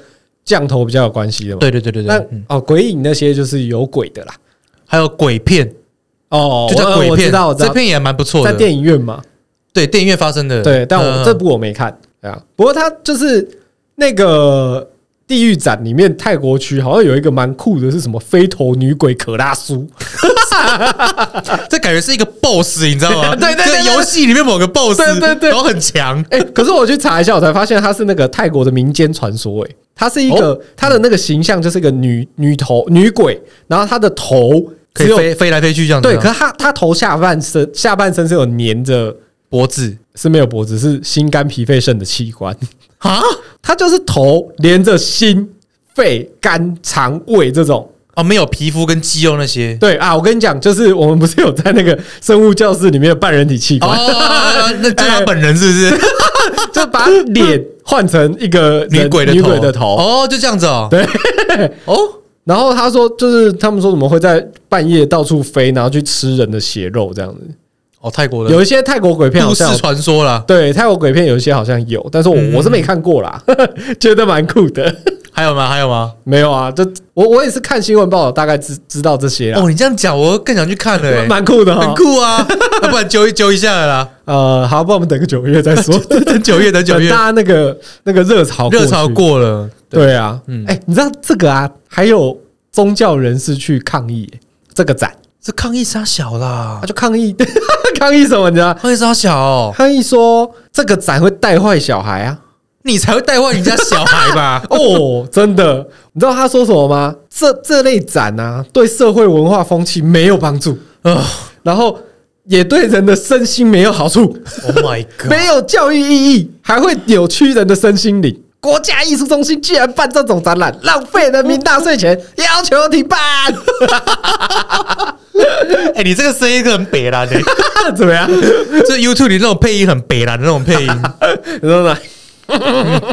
[SPEAKER 1] 降头比较有关系的嘛。
[SPEAKER 2] 对对对对
[SPEAKER 1] 那
[SPEAKER 2] 对，嗯
[SPEAKER 1] 哦，鬼影那些就是有鬼的啦。
[SPEAKER 2] 还有鬼片，
[SPEAKER 1] 哦
[SPEAKER 2] 就叫
[SPEAKER 1] 我
[SPEAKER 2] 鬼
[SPEAKER 1] 我知
[SPEAKER 2] 片
[SPEAKER 1] 道，我，知
[SPEAKER 2] 这
[SPEAKER 1] 道，
[SPEAKER 2] 片也蛮不错
[SPEAKER 1] 在
[SPEAKER 2] 的，
[SPEAKER 1] 电影院嘛。
[SPEAKER 2] 对电影院发生的，
[SPEAKER 1] 对，但我
[SPEAKER 2] 嗯
[SPEAKER 1] 这部我没看。对啊，不过它就是那个地狱展里面泰国区好像有一个蛮酷的，是什么飞头女鬼可拉苏，
[SPEAKER 2] 啊这感觉是一个 BOSS，你知道 吗？
[SPEAKER 1] 对对对
[SPEAKER 2] 这
[SPEAKER 1] 对
[SPEAKER 2] 个
[SPEAKER 1] 对
[SPEAKER 2] 游戏里面某个 BOSS，
[SPEAKER 1] 对对对
[SPEAKER 2] 然后很强，
[SPEAKER 1] 哎、可是我去查一下，我才发现它是那个泰国的民间传说、欸。它是一
[SPEAKER 2] 哦
[SPEAKER 1] 个，它的那个形象就是一个女女头女鬼，然后她的头
[SPEAKER 2] 可
[SPEAKER 1] 只
[SPEAKER 2] 以
[SPEAKER 1] 有
[SPEAKER 2] 飞飞来飞去这样子啊。
[SPEAKER 1] 对，可是她她头下半身下半身是有粘着，
[SPEAKER 2] 脖子
[SPEAKER 1] 是没有脖子，是心肝脾肺肾的器官。
[SPEAKER 2] 啊
[SPEAKER 1] 它就是头连着心、肺、肝、肠、胃这种。
[SPEAKER 2] 哦，没有皮肤跟肌肉那些。
[SPEAKER 1] 对啊，我跟你讲，就是我们不是有在那个生物教室里面有半人体器官，
[SPEAKER 2] 哦，那就是他本人是 不是？
[SPEAKER 1] 就把脸换成一个人
[SPEAKER 2] 女鬼的
[SPEAKER 1] 女
[SPEAKER 2] 头，
[SPEAKER 1] 鬼的头。
[SPEAKER 2] 哦，就这样子哦。
[SPEAKER 1] 对，
[SPEAKER 2] 哦，
[SPEAKER 1] 然后他说，就是他们说怎么会在半夜到处飞，然后去吃人的血肉这样子。
[SPEAKER 2] 哦，泰国的
[SPEAKER 1] 有一些泰国鬼片好
[SPEAKER 2] 都市
[SPEAKER 1] 像有
[SPEAKER 2] 传说啦，
[SPEAKER 1] 对泰国鬼片有一些好像有，但是我、我是没看过啦， 觉得蛮酷 的。
[SPEAKER 2] 还有吗？还有吗？
[SPEAKER 1] 没有啊，就我我也是看新闻报道，大概知知道这些啦，
[SPEAKER 2] 哦，你这样讲，我更想去看了、欸，
[SPEAKER 1] 蛮酷的、哦，
[SPEAKER 2] 很。酷 啊！要不然揪一揪一下了啦，
[SPEAKER 1] 呃，好，不然我们等个九月再 说，
[SPEAKER 2] 等九月，等九
[SPEAKER 1] 等
[SPEAKER 2] 月，
[SPEAKER 1] 大家那个那个热潮
[SPEAKER 2] 热潮
[SPEAKER 1] 去
[SPEAKER 2] 过了，
[SPEAKER 1] 对啊，
[SPEAKER 2] 嗯
[SPEAKER 1] 哎、你知道这个啊？还有宗教人士去抗议耶这个展，
[SPEAKER 2] 这抗议沙小啦
[SPEAKER 1] 他，就抗议 抗议什么？你知道？
[SPEAKER 2] 抗议沙小、哦，
[SPEAKER 1] 抗议说这个展会带坏小孩啊！？
[SPEAKER 2] 你才会带坏人家小孩吧
[SPEAKER 1] 哦， 真的，你知道他说什么吗？这这类展啊，对社会文化风气没有帮助，
[SPEAKER 2] 哦
[SPEAKER 1] 然后也对人的身心没有好处，
[SPEAKER 2] ，Oh my god！
[SPEAKER 1] 没有教育意义，还会扭曲人的身心灵。国家艺术中心居然办这种展览，浪费人民纳税钱，要求停办，
[SPEAKER 2] 哎、你这个声音很北蓝的、欸
[SPEAKER 1] 怎么样？
[SPEAKER 2] 这 YouTube 里那种配音很北蓝的那种 配音。哎
[SPEAKER 1] 你知道吗？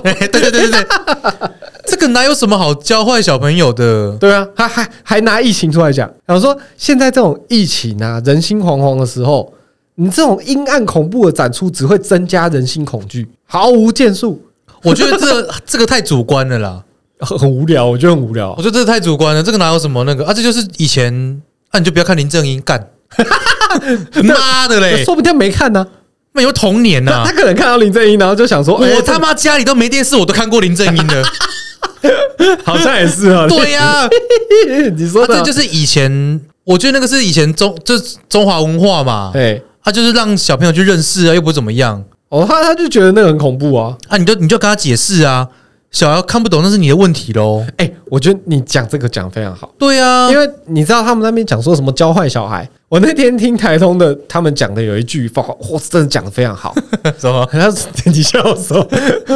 [SPEAKER 2] 对对对对对，这个哪有什么好教坏小朋友的？
[SPEAKER 1] 对啊，还还还拿疫情出来讲，然后说现在这种疫情啊，人心惶惶的时候，你这种阴暗恐怖的展出只会增加人心恐惧，毫无建树，
[SPEAKER 2] 我觉得这个这个太主观了啦，
[SPEAKER 1] 很很无聊，我觉得很无 聊
[SPEAKER 2] 我。觉得哦这个太主观了，这个哪有什么那个啊？这就是以前啊，你就不要看林正英 干，妈的嘞，
[SPEAKER 1] 说不定没看呢、
[SPEAKER 2] 没有童年
[SPEAKER 1] 他
[SPEAKER 2] 呐、
[SPEAKER 1] 他可能看到林正英，然后就想说，哎
[SPEAKER 2] 我他妈家里都没电视，我都看过林正 英的。
[SPEAKER 1] 这个好像也是 啊，
[SPEAKER 2] 对呀、啊，
[SPEAKER 1] 你说的啊
[SPEAKER 2] 这就是以前，我觉得那个是以前中就是中华文化嘛，
[SPEAKER 1] 哎，
[SPEAKER 2] 他、就是让小朋友去认识啊，又不是怎么样
[SPEAKER 1] 哦，他他就觉得那个很恐怖啊。
[SPEAKER 2] 啊，你就你就跟他解释啊，小孩看不懂那是你的问题喽。
[SPEAKER 1] 哎、我觉得你讲这个讲得非常好，
[SPEAKER 2] 对呀、啊
[SPEAKER 1] 因，为你知道他们那边讲说什么教坏小孩，我那天听台通的他们讲的有一句话，哇，真的讲的非常好。
[SPEAKER 2] 什么？
[SPEAKER 1] 他是你笑我 说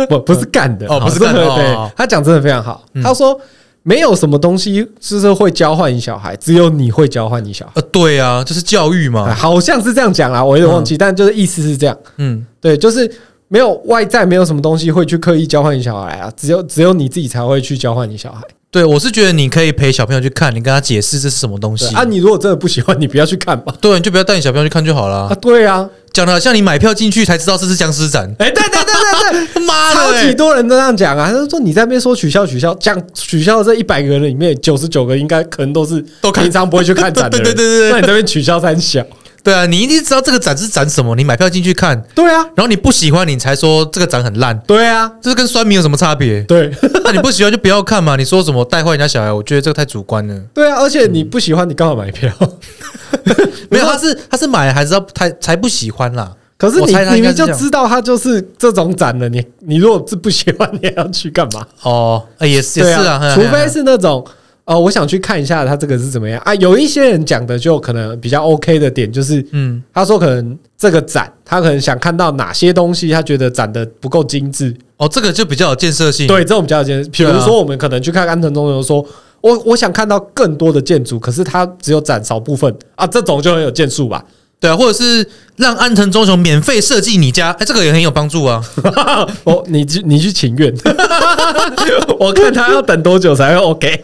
[SPEAKER 1] 不不是干的
[SPEAKER 2] 哦不是
[SPEAKER 1] 真
[SPEAKER 2] 干的
[SPEAKER 1] 的，
[SPEAKER 2] 哦嗯哦
[SPEAKER 1] 对
[SPEAKER 2] 哦
[SPEAKER 1] 他讲真的非常好。他说没有什么东西就是会交换你小孩，只有你会交换你小孩，
[SPEAKER 2] 呃，对啊，就是教育
[SPEAKER 1] 啊
[SPEAKER 2] 嘛。
[SPEAKER 1] 好像是这样讲啦，我有点忘记，但就是意思是这样。
[SPEAKER 2] 嗯，
[SPEAKER 1] 对，就是没有外在，没有什么东西会去刻意交换你小孩啊，只有只有你自己才会去交换你小孩。
[SPEAKER 2] 对，我是觉得你可以陪小朋友去看，你跟他解释这是什么东
[SPEAKER 1] 对
[SPEAKER 2] 西
[SPEAKER 1] 啊，你如果真的不喜欢，你不要去看吧。
[SPEAKER 2] 对，你就不要带你小朋友去看就好
[SPEAKER 1] 啊，
[SPEAKER 2] 了。
[SPEAKER 1] 对 啊，
[SPEAKER 2] 讲的好像你买票进去才知道这是僵尸 展，
[SPEAKER 1] 哎、对对对对对。
[SPEAKER 2] 妈
[SPEAKER 1] 超
[SPEAKER 2] 的、
[SPEAKER 1] 级
[SPEAKER 2] 欸！
[SPEAKER 1] 多人都这样讲啊，他就说你在那边说取消取消，讲取消的这一百个人里面，九十九个应该可能都是
[SPEAKER 2] 都看
[SPEAKER 1] 平常不会去看展的人，
[SPEAKER 2] 对对对对对
[SPEAKER 1] 那你这边取消三小，
[SPEAKER 2] 对啊，你一定知道这个展是展什么，你买票进去看，
[SPEAKER 1] 对啊，
[SPEAKER 2] 然后你不喜欢，你才说这个展很烂，
[SPEAKER 1] 对啊，
[SPEAKER 2] 这是跟酸民有什么 差别？
[SPEAKER 1] 对
[SPEAKER 2] 那你不喜欢就不要看嘛。你说什么带坏人家小孩，我觉得这个太主观了。
[SPEAKER 1] 对啊，而且你不喜欢，你刚好买票，
[SPEAKER 2] 没有，他是他是买了还是要才才不喜欢啦。
[SPEAKER 1] 可是
[SPEAKER 2] 我
[SPEAKER 1] 你
[SPEAKER 2] 猜他
[SPEAKER 1] 你
[SPEAKER 2] 应该
[SPEAKER 1] 们
[SPEAKER 2] 是这
[SPEAKER 1] 就
[SPEAKER 2] 样
[SPEAKER 1] 知道他就是这种展了，你你如果是不喜欢，你还要去干嘛？
[SPEAKER 2] 哦，哎也是也
[SPEAKER 1] 对
[SPEAKER 2] 是
[SPEAKER 1] 啊，
[SPEAKER 2] 啊，
[SPEAKER 1] 除
[SPEAKER 2] 嘿
[SPEAKER 1] 非是那种。哦，我想去看一下他这个是怎么样啊？有一些人讲的就可能比较 OK 的点，就是
[SPEAKER 2] 嗯
[SPEAKER 1] 他说可能这个展，他可能想看到哪些东西，他觉得展的不够精致，
[SPEAKER 2] 哦，这个就比较有建设性。
[SPEAKER 1] 对，这种比较简单。比如
[SPEAKER 2] 对啊
[SPEAKER 1] 说，我们可能去看安藤忠雄说，
[SPEAKER 2] 啊
[SPEAKER 1] 我我想看到更多的建筑，可是它只有展少部分啊，这种就很有建树吧。
[SPEAKER 2] 对啊，或者是让安藤忠雄免费设计你家，哎、这个也很有帮助 啊。
[SPEAKER 1] 哦，你去你去请愿， 我看他要等多久才会 OK。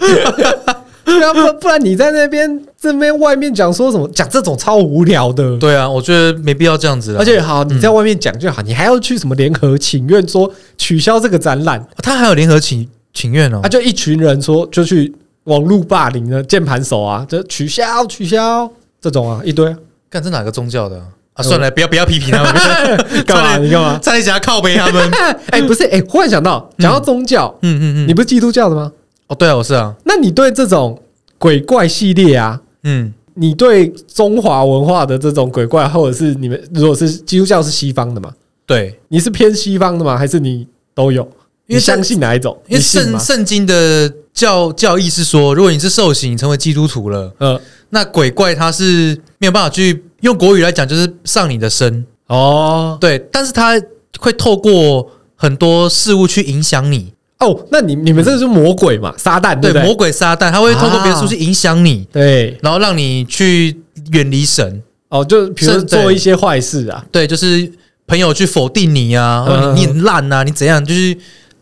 [SPEAKER 1] 对啊，不不然你在那边这边外面讲说什么讲这种超无聊的，
[SPEAKER 2] 对啊，我觉得没必要这样子啦。
[SPEAKER 1] 而且好你在外面讲就好，你还要去什么联合请愿说取消这个展览
[SPEAKER 2] 哦他还有联合请请愿哦
[SPEAKER 1] 啊，。就一群人说就去网络霸凌的键盘手啊，就取消取消这种啊一堆啊、
[SPEAKER 2] 看、这哪个宗教的啊、
[SPEAKER 1] 哦
[SPEAKER 2] 啊，算了，不要不要批评他们，
[SPEAKER 1] 干嘛？你干嘛？
[SPEAKER 2] 差点想要靠背他 们。
[SPEAKER 1] 哎，不是，哎，忽然想到，讲到宗教，
[SPEAKER 2] 嗯嗯嗯，
[SPEAKER 1] 你不是基督教的吗？
[SPEAKER 2] 哦，对啊，我是啊，
[SPEAKER 1] 那你对这种鬼怪系列啊，
[SPEAKER 2] 嗯，
[SPEAKER 1] 你对中华文化的这种鬼怪，或者是你们如果是基督教是西方的嘛，
[SPEAKER 2] 对，
[SPEAKER 1] 你是偏西方的吗？还是你都有？
[SPEAKER 2] 因为
[SPEAKER 1] 你
[SPEAKER 2] 圣
[SPEAKER 1] 相信哪一种？
[SPEAKER 2] 因为
[SPEAKER 1] 你信
[SPEAKER 2] 圣
[SPEAKER 1] 吗？
[SPEAKER 2] 圣经的教教义是说，如果你是受刑，你成为基督徒了，
[SPEAKER 1] 呃，
[SPEAKER 2] 那鬼怪他是没有办法去用国语来讲，就是上你的身，
[SPEAKER 1] 哦
[SPEAKER 2] 对，但是他会透过很多事物去影响你，
[SPEAKER 1] 哦，那你你们这是魔鬼嘛？撒旦对啊
[SPEAKER 2] 对
[SPEAKER 1] 不
[SPEAKER 2] 魔
[SPEAKER 1] 对？
[SPEAKER 2] 鬼撒旦，他会透过别的事物去影响你，
[SPEAKER 1] 对
[SPEAKER 2] 然后让你去远离神，
[SPEAKER 1] 哦，就比如说
[SPEAKER 2] 圣对
[SPEAKER 1] 做一些坏事啊，
[SPEAKER 2] 对，就是朋友去否定你啊，或者
[SPEAKER 1] 嗯
[SPEAKER 2] 你你很烂啊，你怎样，就是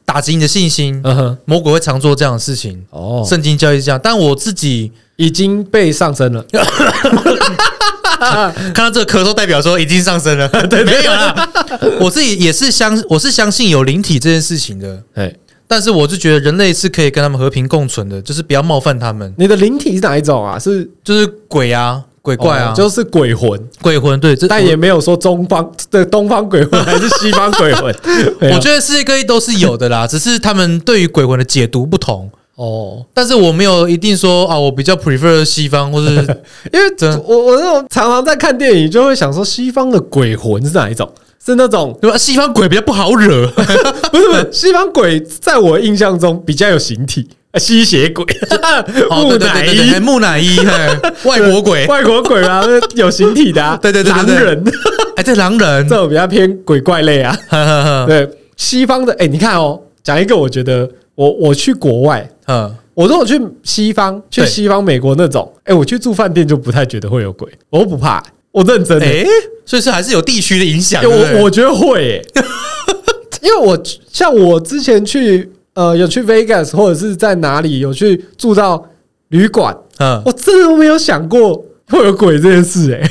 [SPEAKER 2] 打击你的信心。
[SPEAKER 1] 嗯哼，
[SPEAKER 2] 魔鬼会常做这样的事情，
[SPEAKER 1] 哦，
[SPEAKER 2] 圣经教义是这样。但我自己
[SPEAKER 1] 已经被上升 了，
[SPEAKER 2] 看到这个咳嗽，代表说已经上升了， 对，哎没有啦。我自己也是相，我是相信有灵体这件事情的，
[SPEAKER 1] 哎，
[SPEAKER 2] 但是我是觉得人类是可以跟他们和平共存的，就是不要冒犯他们，
[SPEAKER 1] 你的灵体是哪一种啊？是
[SPEAKER 2] 就是鬼啊、鬼怪啊、
[SPEAKER 1] 哦就是鬼魂，
[SPEAKER 2] 鬼魂，对，这
[SPEAKER 1] 但也没有说中方 的东方鬼魂还 是西方鬼魂。哎
[SPEAKER 2] 我
[SPEAKER 1] 没有
[SPEAKER 2] 我觉得世界各地都是有的啦，只是他们对于鬼魂的解读不同。
[SPEAKER 1] 哦，
[SPEAKER 2] 但是我没有一定说啊，我比较 prefer 西方，或 是
[SPEAKER 1] 因为
[SPEAKER 2] 真
[SPEAKER 1] 我我那种常常在看电影，就会想说西方的鬼魂是哪一种？是那种
[SPEAKER 2] 对吧？西方鬼比较不好惹，
[SPEAKER 1] 不是不是西方鬼，在我印象中比较有形体， 呃吸血鬼、
[SPEAKER 2] 哦，
[SPEAKER 1] 木
[SPEAKER 2] 对对
[SPEAKER 1] 乃
[SPEAKER 2] 对对对，
[SPEAKER 1] 伊
[SPEAKER 2] 嘿、木乃伊， 嘿外国鬼，
[SPEAKER 1] 外国鬼啊，那 有形体的啊，
[SPEAKER 2] 对对对对
[SPEAKER 1] 狼
[SPEAKER 2] 对
[SPEAKER 1] 人
[SPEAKER 2] 哎，这狼人
[SPEAKER 1] 这，种比较偏鬼怪类啊。
[SPEAKER 2] 呵呵呵
[SPEAKER 1] 对，西方的哎、你看哦，讲一个，我觉得我我去国外，
[SPEAKER 2] 嗯，
[SPEAKER 1] 我如果去西方，去
[SPEAKER 2] 对
[SPEAKER 1] 西方美国那种，哎、我去住饭店就不太觉得会有鬼，我不怕、我认真的、
[SPEAKER 2] 哎，所以是还是有地区的影响，
[SPEAKER 1] 欸
[SPEAKER 2] 对不对
[SPEAKER 1] 我我觉得 会、欸，因为我像我之前去呃有去 Vegas 或者是在哪里有去住到旅馆，
[SPEAKER 2] 嗯，
[SPEAKER 1] 我真的都没有想过会有鬼这件事、欸，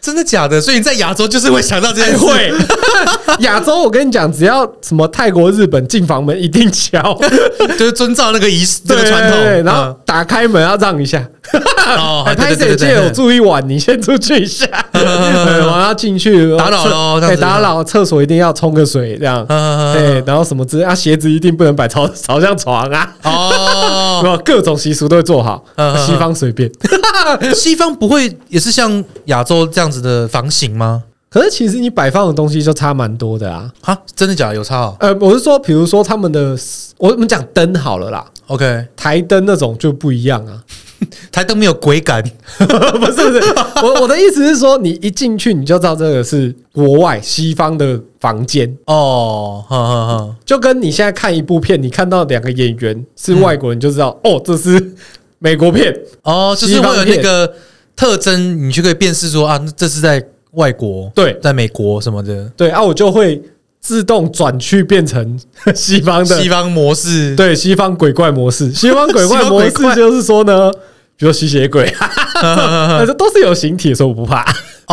[SPEAKER 2] 真的假的？所以你在亚洲 就是会想到这
[SPEAKER 1] 哎、
[SPEAKER 2] 些事，
[SPEAKER 1] 会。 亚洲我跟你讲，只要什么泰国、日本进房门一定敲，
[SPEAKER 2] 就是遵照那个仪式这个
[SPEAKER 1] 对
[SPEAKER 2] 传
[SPEAKER 1] 对对
[SPEAKER 2] 统，
[SPEAKER 1] 然后打开门要让一下，
[SPEAKER 2] 嗯哦，
[SPEAKER 1] 哎，拍
[SPEAKER 2] 对
[SPEAKER 1] 谁
[SPEAKER 2] 对对
[SPEAKER 1] 借
[SPEAKER 2] 对
[SPEAKER 1] 我
[SPEAKER 2] 对
[SPEAKER 1] 住一晚，你先出去一 下，对我要进去
[SPEAKER 2] 打扰咯这样
[SPEAKER 1] 哎，
[SPEAKER 2] 子
[SPEAKER 1] 打扰厕所一定要冲个水这样，
[SPEAKER 2] 嗯嗯嗯
[SPEAKER 1] 对，然后什么之类啊，鞋子一定不能摆朝朝向床啊，
[SPEAKER 2] 哦，
[SPEAKER 1] 然后各种习俗都会做好
[SPEAKER 2] 嗯嗯，嗯
[SPEAKER 1] 西方随便。
[SPEAKER 2] 西方不会也是像亚洲这样子的房型吗？
[SPEAKER 1] 可是其实你摆放的东西就差蛮多的啊，
[SPEAKER 2] 哈，真的假的？有差哦。
[SPEAKER 1] 呃，我是说，比如说他们的，我我们讲灯好了啦，
[SPEAKER 2] OK，
[SPEAKER 1] 台灯那种就不一样啊，
[SPEAKER 2] 台灯没有鬼感，
[SPEAKER 1] 不 是不是，我我的意思是说，你一进去你就知道这个是国外西方的房间，
[SPEAKER 2] 哦，哈哈哈，
[SPEAKER 1] 就跟你现在看一部片，你看到两个演员是
[SPEAKER 2] 嗯
[SPEAKER 1] 外国人，就知道、哦，这是美国片。
[SPEAKER 2] 哦，就是
[SPEAKER 1] 西
[SPEAKER 2] 会
[SPEAKER 1] 方
[SPEAKER 2] 有那个特征，你就可以辨识说啊，这是在外国，
[SPEAKER 1] 对
[SPEAKER 2] 在美国什么的，
[SPEAKER 1] 对啊，我就会自动转去变成西方的
[SPEAKER 2] 西方模式，
[SPEAKER 1] 对西方鬼怪模式。西方鬼怪模
[SPEAKER 2] 西方鬼怪
[SPEAKER 1] 式就是说呢，比如吸血鬼，
[SPEAKER 2] 哦，
[SPEAKER 1] 反正都是有形体，所以我不怕，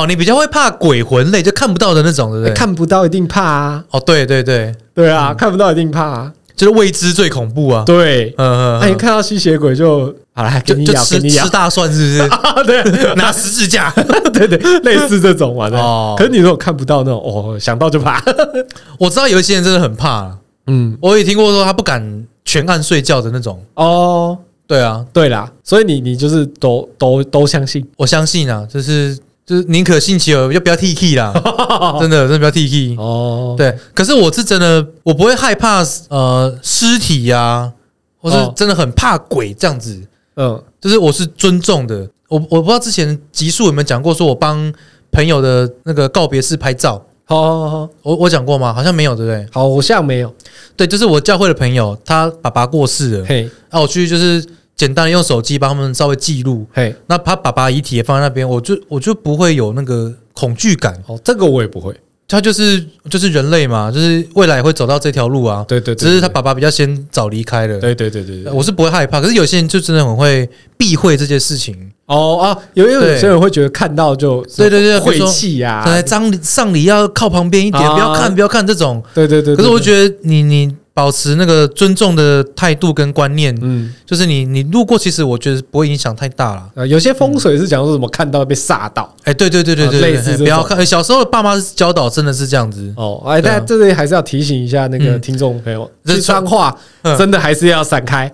[SPEAKER 2] 你比较会怕鬼魂类，就看不到的那种，对不对？
[SPEAKER 1] 看不到一定怕啊。
[SPEAKER 2] 哦，对对对，
[SPEAKER 1] 对啊，看不到一定怕啊。
[SPEAKER 2] 就是未知最恐怖啊，
[SPEAKER 1] 对，
[SPEAKER 2] 嗯
[SPEAKER 1] 那、你看到吸血鬼就好了，给
[SPEAKER 2] 就
[SPEAKER 1] 你
[SPEAKER 2] 就
[SPEAKER 1] 咬，给
[SPEAKER 2] 吃
[SPEAKER 1] 你咬
[SPEAKER 2] 吃。大蒜是不
[SPEAKER 1] 啊，对
[SPEAKER 2] 是？拿十字架，
[SPEAKER 1] 对对，类似这种玩的。
[SPEAKER 2] 哦
[SPEAKER 1] 可是你如果看不到那种，哦，想到就怕。
[SPEAKER 2] 我知道有一些人真的很怕，
[SPEAKER 1] 嗯，
[SPEAKER 2] 我也听过说他不敢全暗睡觉的那种。
[SPEAKER 1] 哦，
[SPEAKER 2] 对啊，
[SPEAKER 1] 对啦，所以你你就是都都都相信，
[SPEAKER 2] 我相信啊，就是就是宁可信其有，就不要 T K 啦，真的真的不要 T K。
[SPEAKER 1] 哦，
[SPEAKER 2] 对，可是我是真的，我不会害怕呃尸体呀、或是
[SPEAKER 1] 哦
[SPEAKER 2] 真的很怕鬼这样子，
[SPEAKER 1] 嗯，
[SPEAKER 2] 就是我是尊重的。我我不知道之前集数有没有讲过，说我帮朋友的那个告别式拍照，
[SPEAKER 1] 好好好
[SPEAKER 2] 我我讲过吗？好像没有，对不对？
[SPEAKER 1] 好，我像没有，
[SPEAKER 2] 对，就是我教会的朋友，他爸爸过世了，
[SPEAKER 1] 嘿
[SPEAKER 2] 啊，我去就是简单的用手机帮他们稍微记录，
[SPEAKER 1] 嘿，
[SPEAKER 2] 那他爸爸遗体也放在那边，我就我就不会有那个恐惧感。
[SPEAKER 1] 哦，这个我也不会，
[SPEAKER 2] 他就是就是人类嘛，就是未来也会走到这条路啊。
[SPEAKER 1] 对对对，
[SPEAKER 2] 只是他爸爸比较先早离开了。呃
[SPEAKER 1] 对，对对对对对，
[SPEAKER 2] 我是不会害怕，可是有些人就真的很会避讳这件事情。
[SPEAKER 1] 哦啊，有有
[SPEAKER 2] 对
[SPEAKER 1] 有些人会觉得看到就
[SPEAKER 2] 对对对比如
[SPEAKER 1] 晦
[SPEAKER 2] 说
[SPEAKER 1] 气啊
[SPEAKER 2] 可，能张礼上礼要靠旁边一点，
[SPEAKER 1] 啊
[SPEAKER 2] 不要看不要看这种。
[SPEAKER 1] 对对对，
[SPEAKER 2] 可是我
[SPEAKER 1] 得
[SPEAKER 2] 觉得你你保持那个尊重的态度跟观念，
[SPEAKER 1] 嗯，
[SPEAKER 2] 就是你你路过，其实我觉得不会影响太大了。
[SPEAKER 1] 呃，有些风水是讲说什么看到被煞到
[SPEAKER 2] 哎、对对对对
[SPEAKER 1] 啊
[SPEAKER 2] 对
[SPEAKER 1] 类
[SPEAKER 2] 对，
[SPEAKER 1] 似
[SPEAKER 2] 哎
[SPEAKER 1] 这
[SPEAKER 2] 不要
[SPEAKER 1] 种
[SPEAKER 2] 看。哎小时候爸妈教导真的是这样子，
[SPEAKER 1] 哦，哎，
[SPEAKER 2] 对啊
[SPEAKER 1] 但这里还是要提醒一下那个
[SPEAKER 2] 嗯
[SPEAKER 1] 听众朋友，
[SPEAKER 2] 这
[SPEAKER 1] 去
[SPEAKER 2] 穿
[SPEAKER 1] 脏话
[SPEAKER 2] 嗯
[SPEAKER 1] 真的还是要闪 开，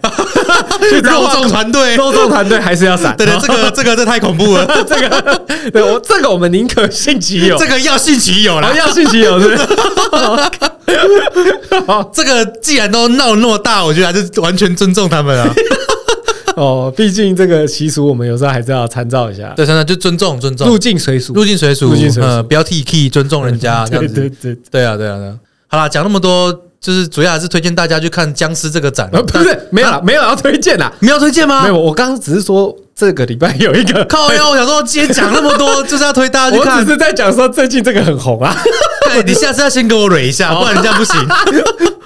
[SPEAKER 1] 去彰
[SPEAKER 2] 肉
[SPEAKER 1] 化
[SPEAKER 2] 粽团队，
[SPEAKER 1] 肉粽团队还是要闪。
[SPEAKER 2] 对对，这个这个这太恐怖了，
[SPEAKER 1] 这个，对我这个我们宁可信其 有，
[SPEAKER 2] 这个要信其有
[SPEAKER 1] 好
[SPEAKER 2] 啦。
[SPEAKER 1] 要信其有是不 是。
[SPEAKER 2] 这个既然都闹那么大，我觉得还是完全尊重他们 啊。
[SPEAKER 1] 哦，毕竟这个习俗我们有时候还是要参照一下，
[SPEAKER 2] 对，真的就尊重尊重
[SPEAKER 1] 入，境随俗。啊
[SPEAKER 2] 入境随俗，
[SPEAKER 1] 入境随俗
[SPEAKER 2] 呃，不要 T K，尊重人家这
[SPEAKER 1] 对
[SPEAKER 2] 样
[SPEAKER 1] 对
[SPEAKER 2] 子。
[SPEAKER 1] 对，
[SPEAKER 2] 对啊，对啊，对啊。好啦，讲那么多，就是主要还是推荐大家去看《僵尸》这个展。
[SPEAKER 1] 呃， 不是没有
[SPEAKER 2] 啊
[SPEAKER 1] 了，没有要推荐啦，
[SPEAKER 2] 你要推荐吗
[SPEAKER 1] 没？有，我刚刚只是说这个礼拜有一 个，
[SPEAKER 2] 靠腰，我想说今天讲那么 多，就是要推大家去
[SPEAKER 1] 我
[SPEAKER 2] 看
[SPEAKER 1] 只。是在讲说最近这个很 红啊，
[SPEAKER 2] 哎你下次要先给我蕊一
[SPEAKER 1] 哦
[SPEAKER 2] 下，不然人家 不行。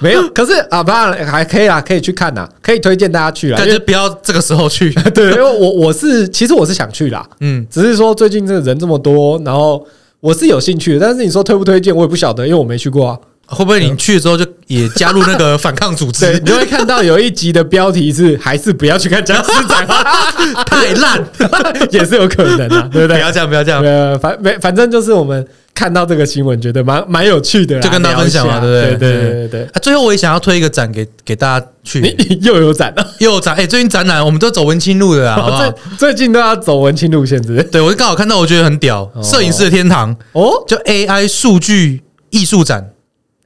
[SPEAKER 1] 没有，可是啊，当然还可以啦，可以去看啦，可以推荐大家去啦，
[SPEAKER 2] 感
[SPEAKER 1] 因
[SPEAKER 2] 觉
[SPEAKER 1] 为
[SPEAKER 2] 不要这个时 候去。
[SPEAKER 1] 对，因为我我是其实我是想去啦，
[SPEAKER 2] 嗯，
[SPEAKER 1] 只是说最近这个人这么多，然后我是有兴趣的，但是你说推不推荐，我也不晓得，因为我没去过啊。
[SPEAKER 2] 会不会你去了之后就也加入那个反抗组
[SPEAKER 1] 对，
[SPEAKER 2] 织
[SPEAKER 1] 你？就会看到有一集的标题是“还是不要去看僵尸展
[SPEAKER 2] 太烂，”，
[SPEAKER 1] 也是有可能啊，对不
[SPEAKER 2] 不
[SPEAKER 1] 对？
[SPEAKER 2] 要这样，不要这样。
[SPEAKER 1] 呃，反没反正就是我们看到这个新闻，觉得蛮蛮有趣的啦，
[SPEAKER 2] 就跟大家分享
[SPEAKER 1] 聊
[SPEAKER 2] 嘛对
[SPEAKER 1] 一下
[SPEAKER 2] 不对
[SPEAKER 1] 对对对对
[SPEAKER 2] 啊，最后我也想要推一个展给给大家去，
[SPEAKER 1] 对，你你又有展了，
[SPEAKER 2] 又有展哎、最近展览我们都走文青路的
[SPEAKER 1] 哦
[SPEAKER 2] 啦，好不好？
[SPEAKER 1] 最最近都要走文青路线，是不是？
[SPEAKER 2] 对我就刚好看到，我觉得很屌，
[SPEAKER 1] 哦
[SPEAKER 2] 摄影师的天堂，
[SPEAKER 1] 哦，
[SPEAKER 2] 就 AI 数据艺术展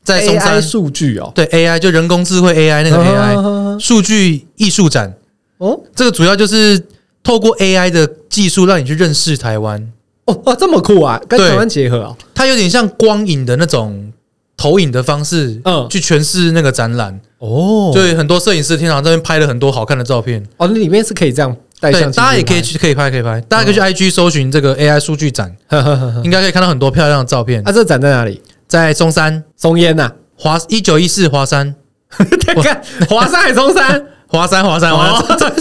[SPEAKER 2] 在松
[SPEAKER 1] AI
[SPEAKER 2] 山，
[SPEAKER 1] 数据哦，
[SPEAKER 2] 对 AI 就人工智慧 AI 那个 AI
[SPEAKER 1] 哦
[SPEAKER 2] 数据艺术展，
[SPEAKER 1] 哦
[SPEAKER 2] 这个主要就是透过 AI 的技术让你去认识台湾，
[SPEAKER 1] 哦哇，这么酷啊，跟
[SPEAKER 2] 对
[SPEAKER 1] 台湾结合啊，
[SPEAKER 2] 它有点像光影的那种投影的方式，
[SPEAKER 1] 嗯
[SPEAKER 2] 去诠释那个展览，
[SPEAKER 1] 哦
[SPEAKER 2] 对，很多摄影师的天堂这边拍了很多好看的照片。
[SPEAKER 1] 哦，那里面是可以这样带
[SPEAKER 2] 对，
[SPEAKER 1] 相机，
[SPEAKER 2] 大家也可以，去可以拍可以拍，大家
[SPEAKER 1] 嗯
[SPEAKER 2] 可以去 IG 搜寻这个 AI 数据展，
[SPEAKER 1] 呵呵呵呵
[SPEAKER 2] 应该可以看到很多漂亮的照片
[SPEAKER 1] 啊，。这展在哪里？
[SPEAKER 2] 在松山
[SPEAKER 1] 松烟 呐，
[SPEAKER 2] 华一九一四华山
[SPEAKER 1] 看 华山还是中山
[SPEAKER 2] 华山华山 华山，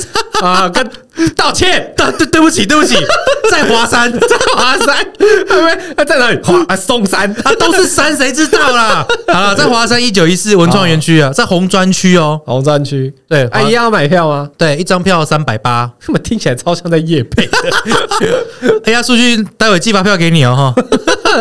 [SPEAKER 1] 啊，跟 道歉，
[SPEAKER 2] 哦对对对不起对 不起，在华 山
[SPEAKER 1] 在华山，对不对？啊在哪里？华啊松山，
[SPEAKER 2] 啊都是山，谁知道啦？好了，在华山一九一四文创园区啊，在红砖区哦，哎
[SPEAKER 1] 红山区，
[SPEAKER 2] 对，
[SPEAKER 1] 啊
[SPEAKER 2] 华
[SPEAKER 1] 一样要买票吗？
[SPEAKER 2] 对，一张票三百八
[SPEAKER 1] 根本听起来超像在夜配的
[SPEAKER 2] ，AI 数据待会寄发票给你哦 哈，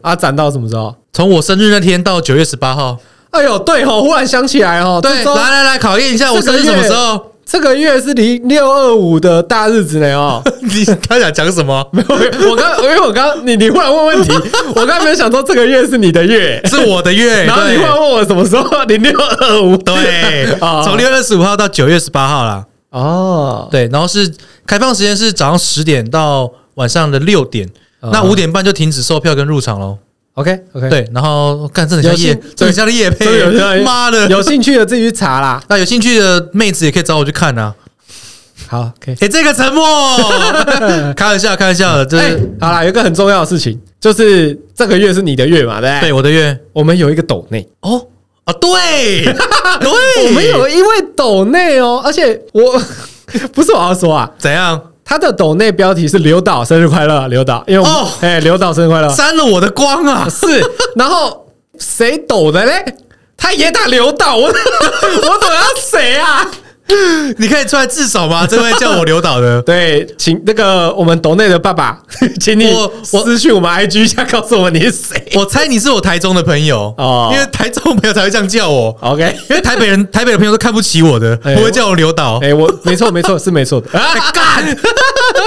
[SPEAKER 1] 啊！展到什么时候？
[SPEAKER 2] 从我生日那天到九月十八 号，
[SPEAKER 1] 哎呦，对吼，忽然想起来哦，
[SPEAKER 2] 对，
[SPEAKER 1] 这周
[SPEAKER 2] 来来来考验一下我生日什么时候。
[SPEAKER 1] 这个月是零六二五的大日子呢哦。
[SPEAKER 2] 你他想讲什么？
[SPEAKER 1] 没有， 我刚因为我刚你你忽然问问题， 我刚没有想到这个月是你的月，
[SPEAKER 2] 是我的 月，
[SPEAKER 1] 然后你
[SPEAKER 2] 对
[SPEAKER 1] 忽然问我什么时候零六二五
[SPEAKER 2] 对，
[SPEAKER 1] 哦
[SPEAKER 2] 从六月二十五号到九月十八号啦。
[SPEAKER 1] 哦，
[SPEAKER 2] 对，然后是开放时间是早上十点到晚上的六点，
[SPEAKER 1] 哦
[SPEAKER 2] 那五点半就停止售票跟入场喽。
[SPEAKER 1] OK OK，，
[SPEAKER 2] 对，然后干这很像
[SPEAKER 1] 有
[SPEAKER 2] 夜
[SPEAKER 1] 兴，
[SPEAKER 2] 这很像夜
[SPEAKER 1] 真的有
[SPEAKER 2] 配，
[SPEAKER 1] 像
[SPEAKER 2] 妈的！
[SPEAKER 1] 有兴趣的自己去查啦。
[SPEAKER 2] 那有兴趣的妹子也可以找我去看啊。
[SPEAKER 1] 好，OK。
[SPEAKER 2] 哎，这个沉 默，开玩笑，开玩笑的，就
[SPEAKER 1] 哎、
[SPEAKER 2] 是
[SPEAKER 1] 好啦，有一个很重要的事情，就是这个月是你的月嘛，对不对？
[SPEAKER 2] 对我的月
[SPEAKER 1] 我们有一个抖内，
[SPEAKER 2] 哦啊， 对对，
[SPEAKER 1] 我们有因为抖内哦，而且我 不是我要说啊，
[SPEAKER 2] 怎样
[SPEAKER 1] 他的抖内标题是刘导生日快乐，刘导，因为我们
[SPEAKER 2] 哦
[SPEAKER 1] 哎，刘、导生日快 乐
[SPEAKER 2] 删了我的光啊？
[SPEAKER 1] 是，然后谁抖的嘞？他也打刘导，我 我怎么要谁啊？
[SPEAKER 2] 你可以出来自首吗？这位叫我刘 导的，
[SPEAKER 1] 对，请那个我们抖内的爸爸， 请你
[SPEAKER 2] 我我
[SPEAKER 1] 私讯我们 IG 一下，告诉我们你是谁。
[SPEAKER 2] 我猜你是我台中的朋友
[SPEAKER 1] 哦
[SPEAKER 2] 因为台中朋友才会这样叫我，
[SPEAKER 1] OK，
[SPEAKER 2] 因为台北人 台北的朋友都看不起我的，
[SPEAKER 1] 哎
[SPEAKER 2] 不会叫我刘导。
[SPEAKER 1] 哎、我没错，没错，是没错的。
[SPEAKER 2] 哎干，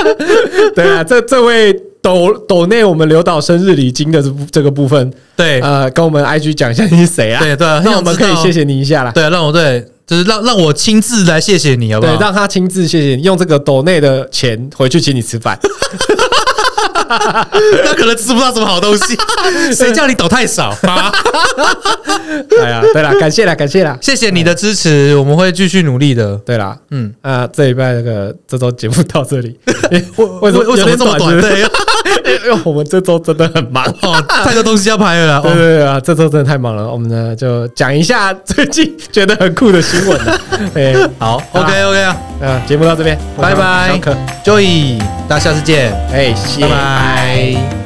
[SPEAKER 1] 对啊，这这位抖抖内我们刘导生日礼金的这部这个部分，
[SPEAKER 2] 对
[SPEAKER 1] 呃，跟我们 IG 讲一下你是谁啊？
[SPEAKER 2] 对对啊很
[SPEAKER 1] 那
[SPEAKER 2] 想
[SPEAKER 1] 我们
[SPEAKER 2] 知
[SPEAKER 1] 可
[SPEAKER 2] 道
[SPEAKER 1] 以谢谢你一下啦。
[SPEAKER 2] 对，让我对，就是让让我亲自来谢谢你，好不
[SPEAKER 1] 对，
[SPEAKER 2] 好？
[SPEAKER 1] 让他亲自谢谢你，用这个抖内的钱回去请你吃 饭。
[SPEAKER 2] 那可能吃不到什么好东 西，谁叫你抖太少？啊
[SPEAKER 1] 哎呀，对啦，感谢啦，感谢啦，
[SPEAKER 2] 谢谢你的支持，我们会继续努力 的。
[SPEAKER 1] 对啦。
[SPEAKER 2] 嗯，
[SPEAKER 1] 啊、这一拜那个这周节目到这 里，
[SPEAKER 2] 为
[SPEAKER 1] 为
[SPEAKER 2] 为为什么这么短？？
[SPEAKER 1] 有点
[SPEAKER 2] 对，
[SPEAKER 1] 是不是 因为我们这周真的很忙。
[SPEAKER 2] 哦，太多东西要拍了啦。
[SPEAKER 1] 对
[SPEAKER 2] 哦
[SPEAKER 1] 对对啊，这周真的太忙了，我们呢就讲一下最近觉得很酷的新闻 了。哎，
[SPEAKER 2] 哦好，OK OK 啊
[SPEAKER 1] 啊，节目到这边，
[SPEAKER 2] 拜拜
[SPEAKER 1] 小可，
[SPEAKER 2] ，Joy，大家下次见，
[SPEAKER 1] 哎，谢
[SPEAKER 2] 拜拜。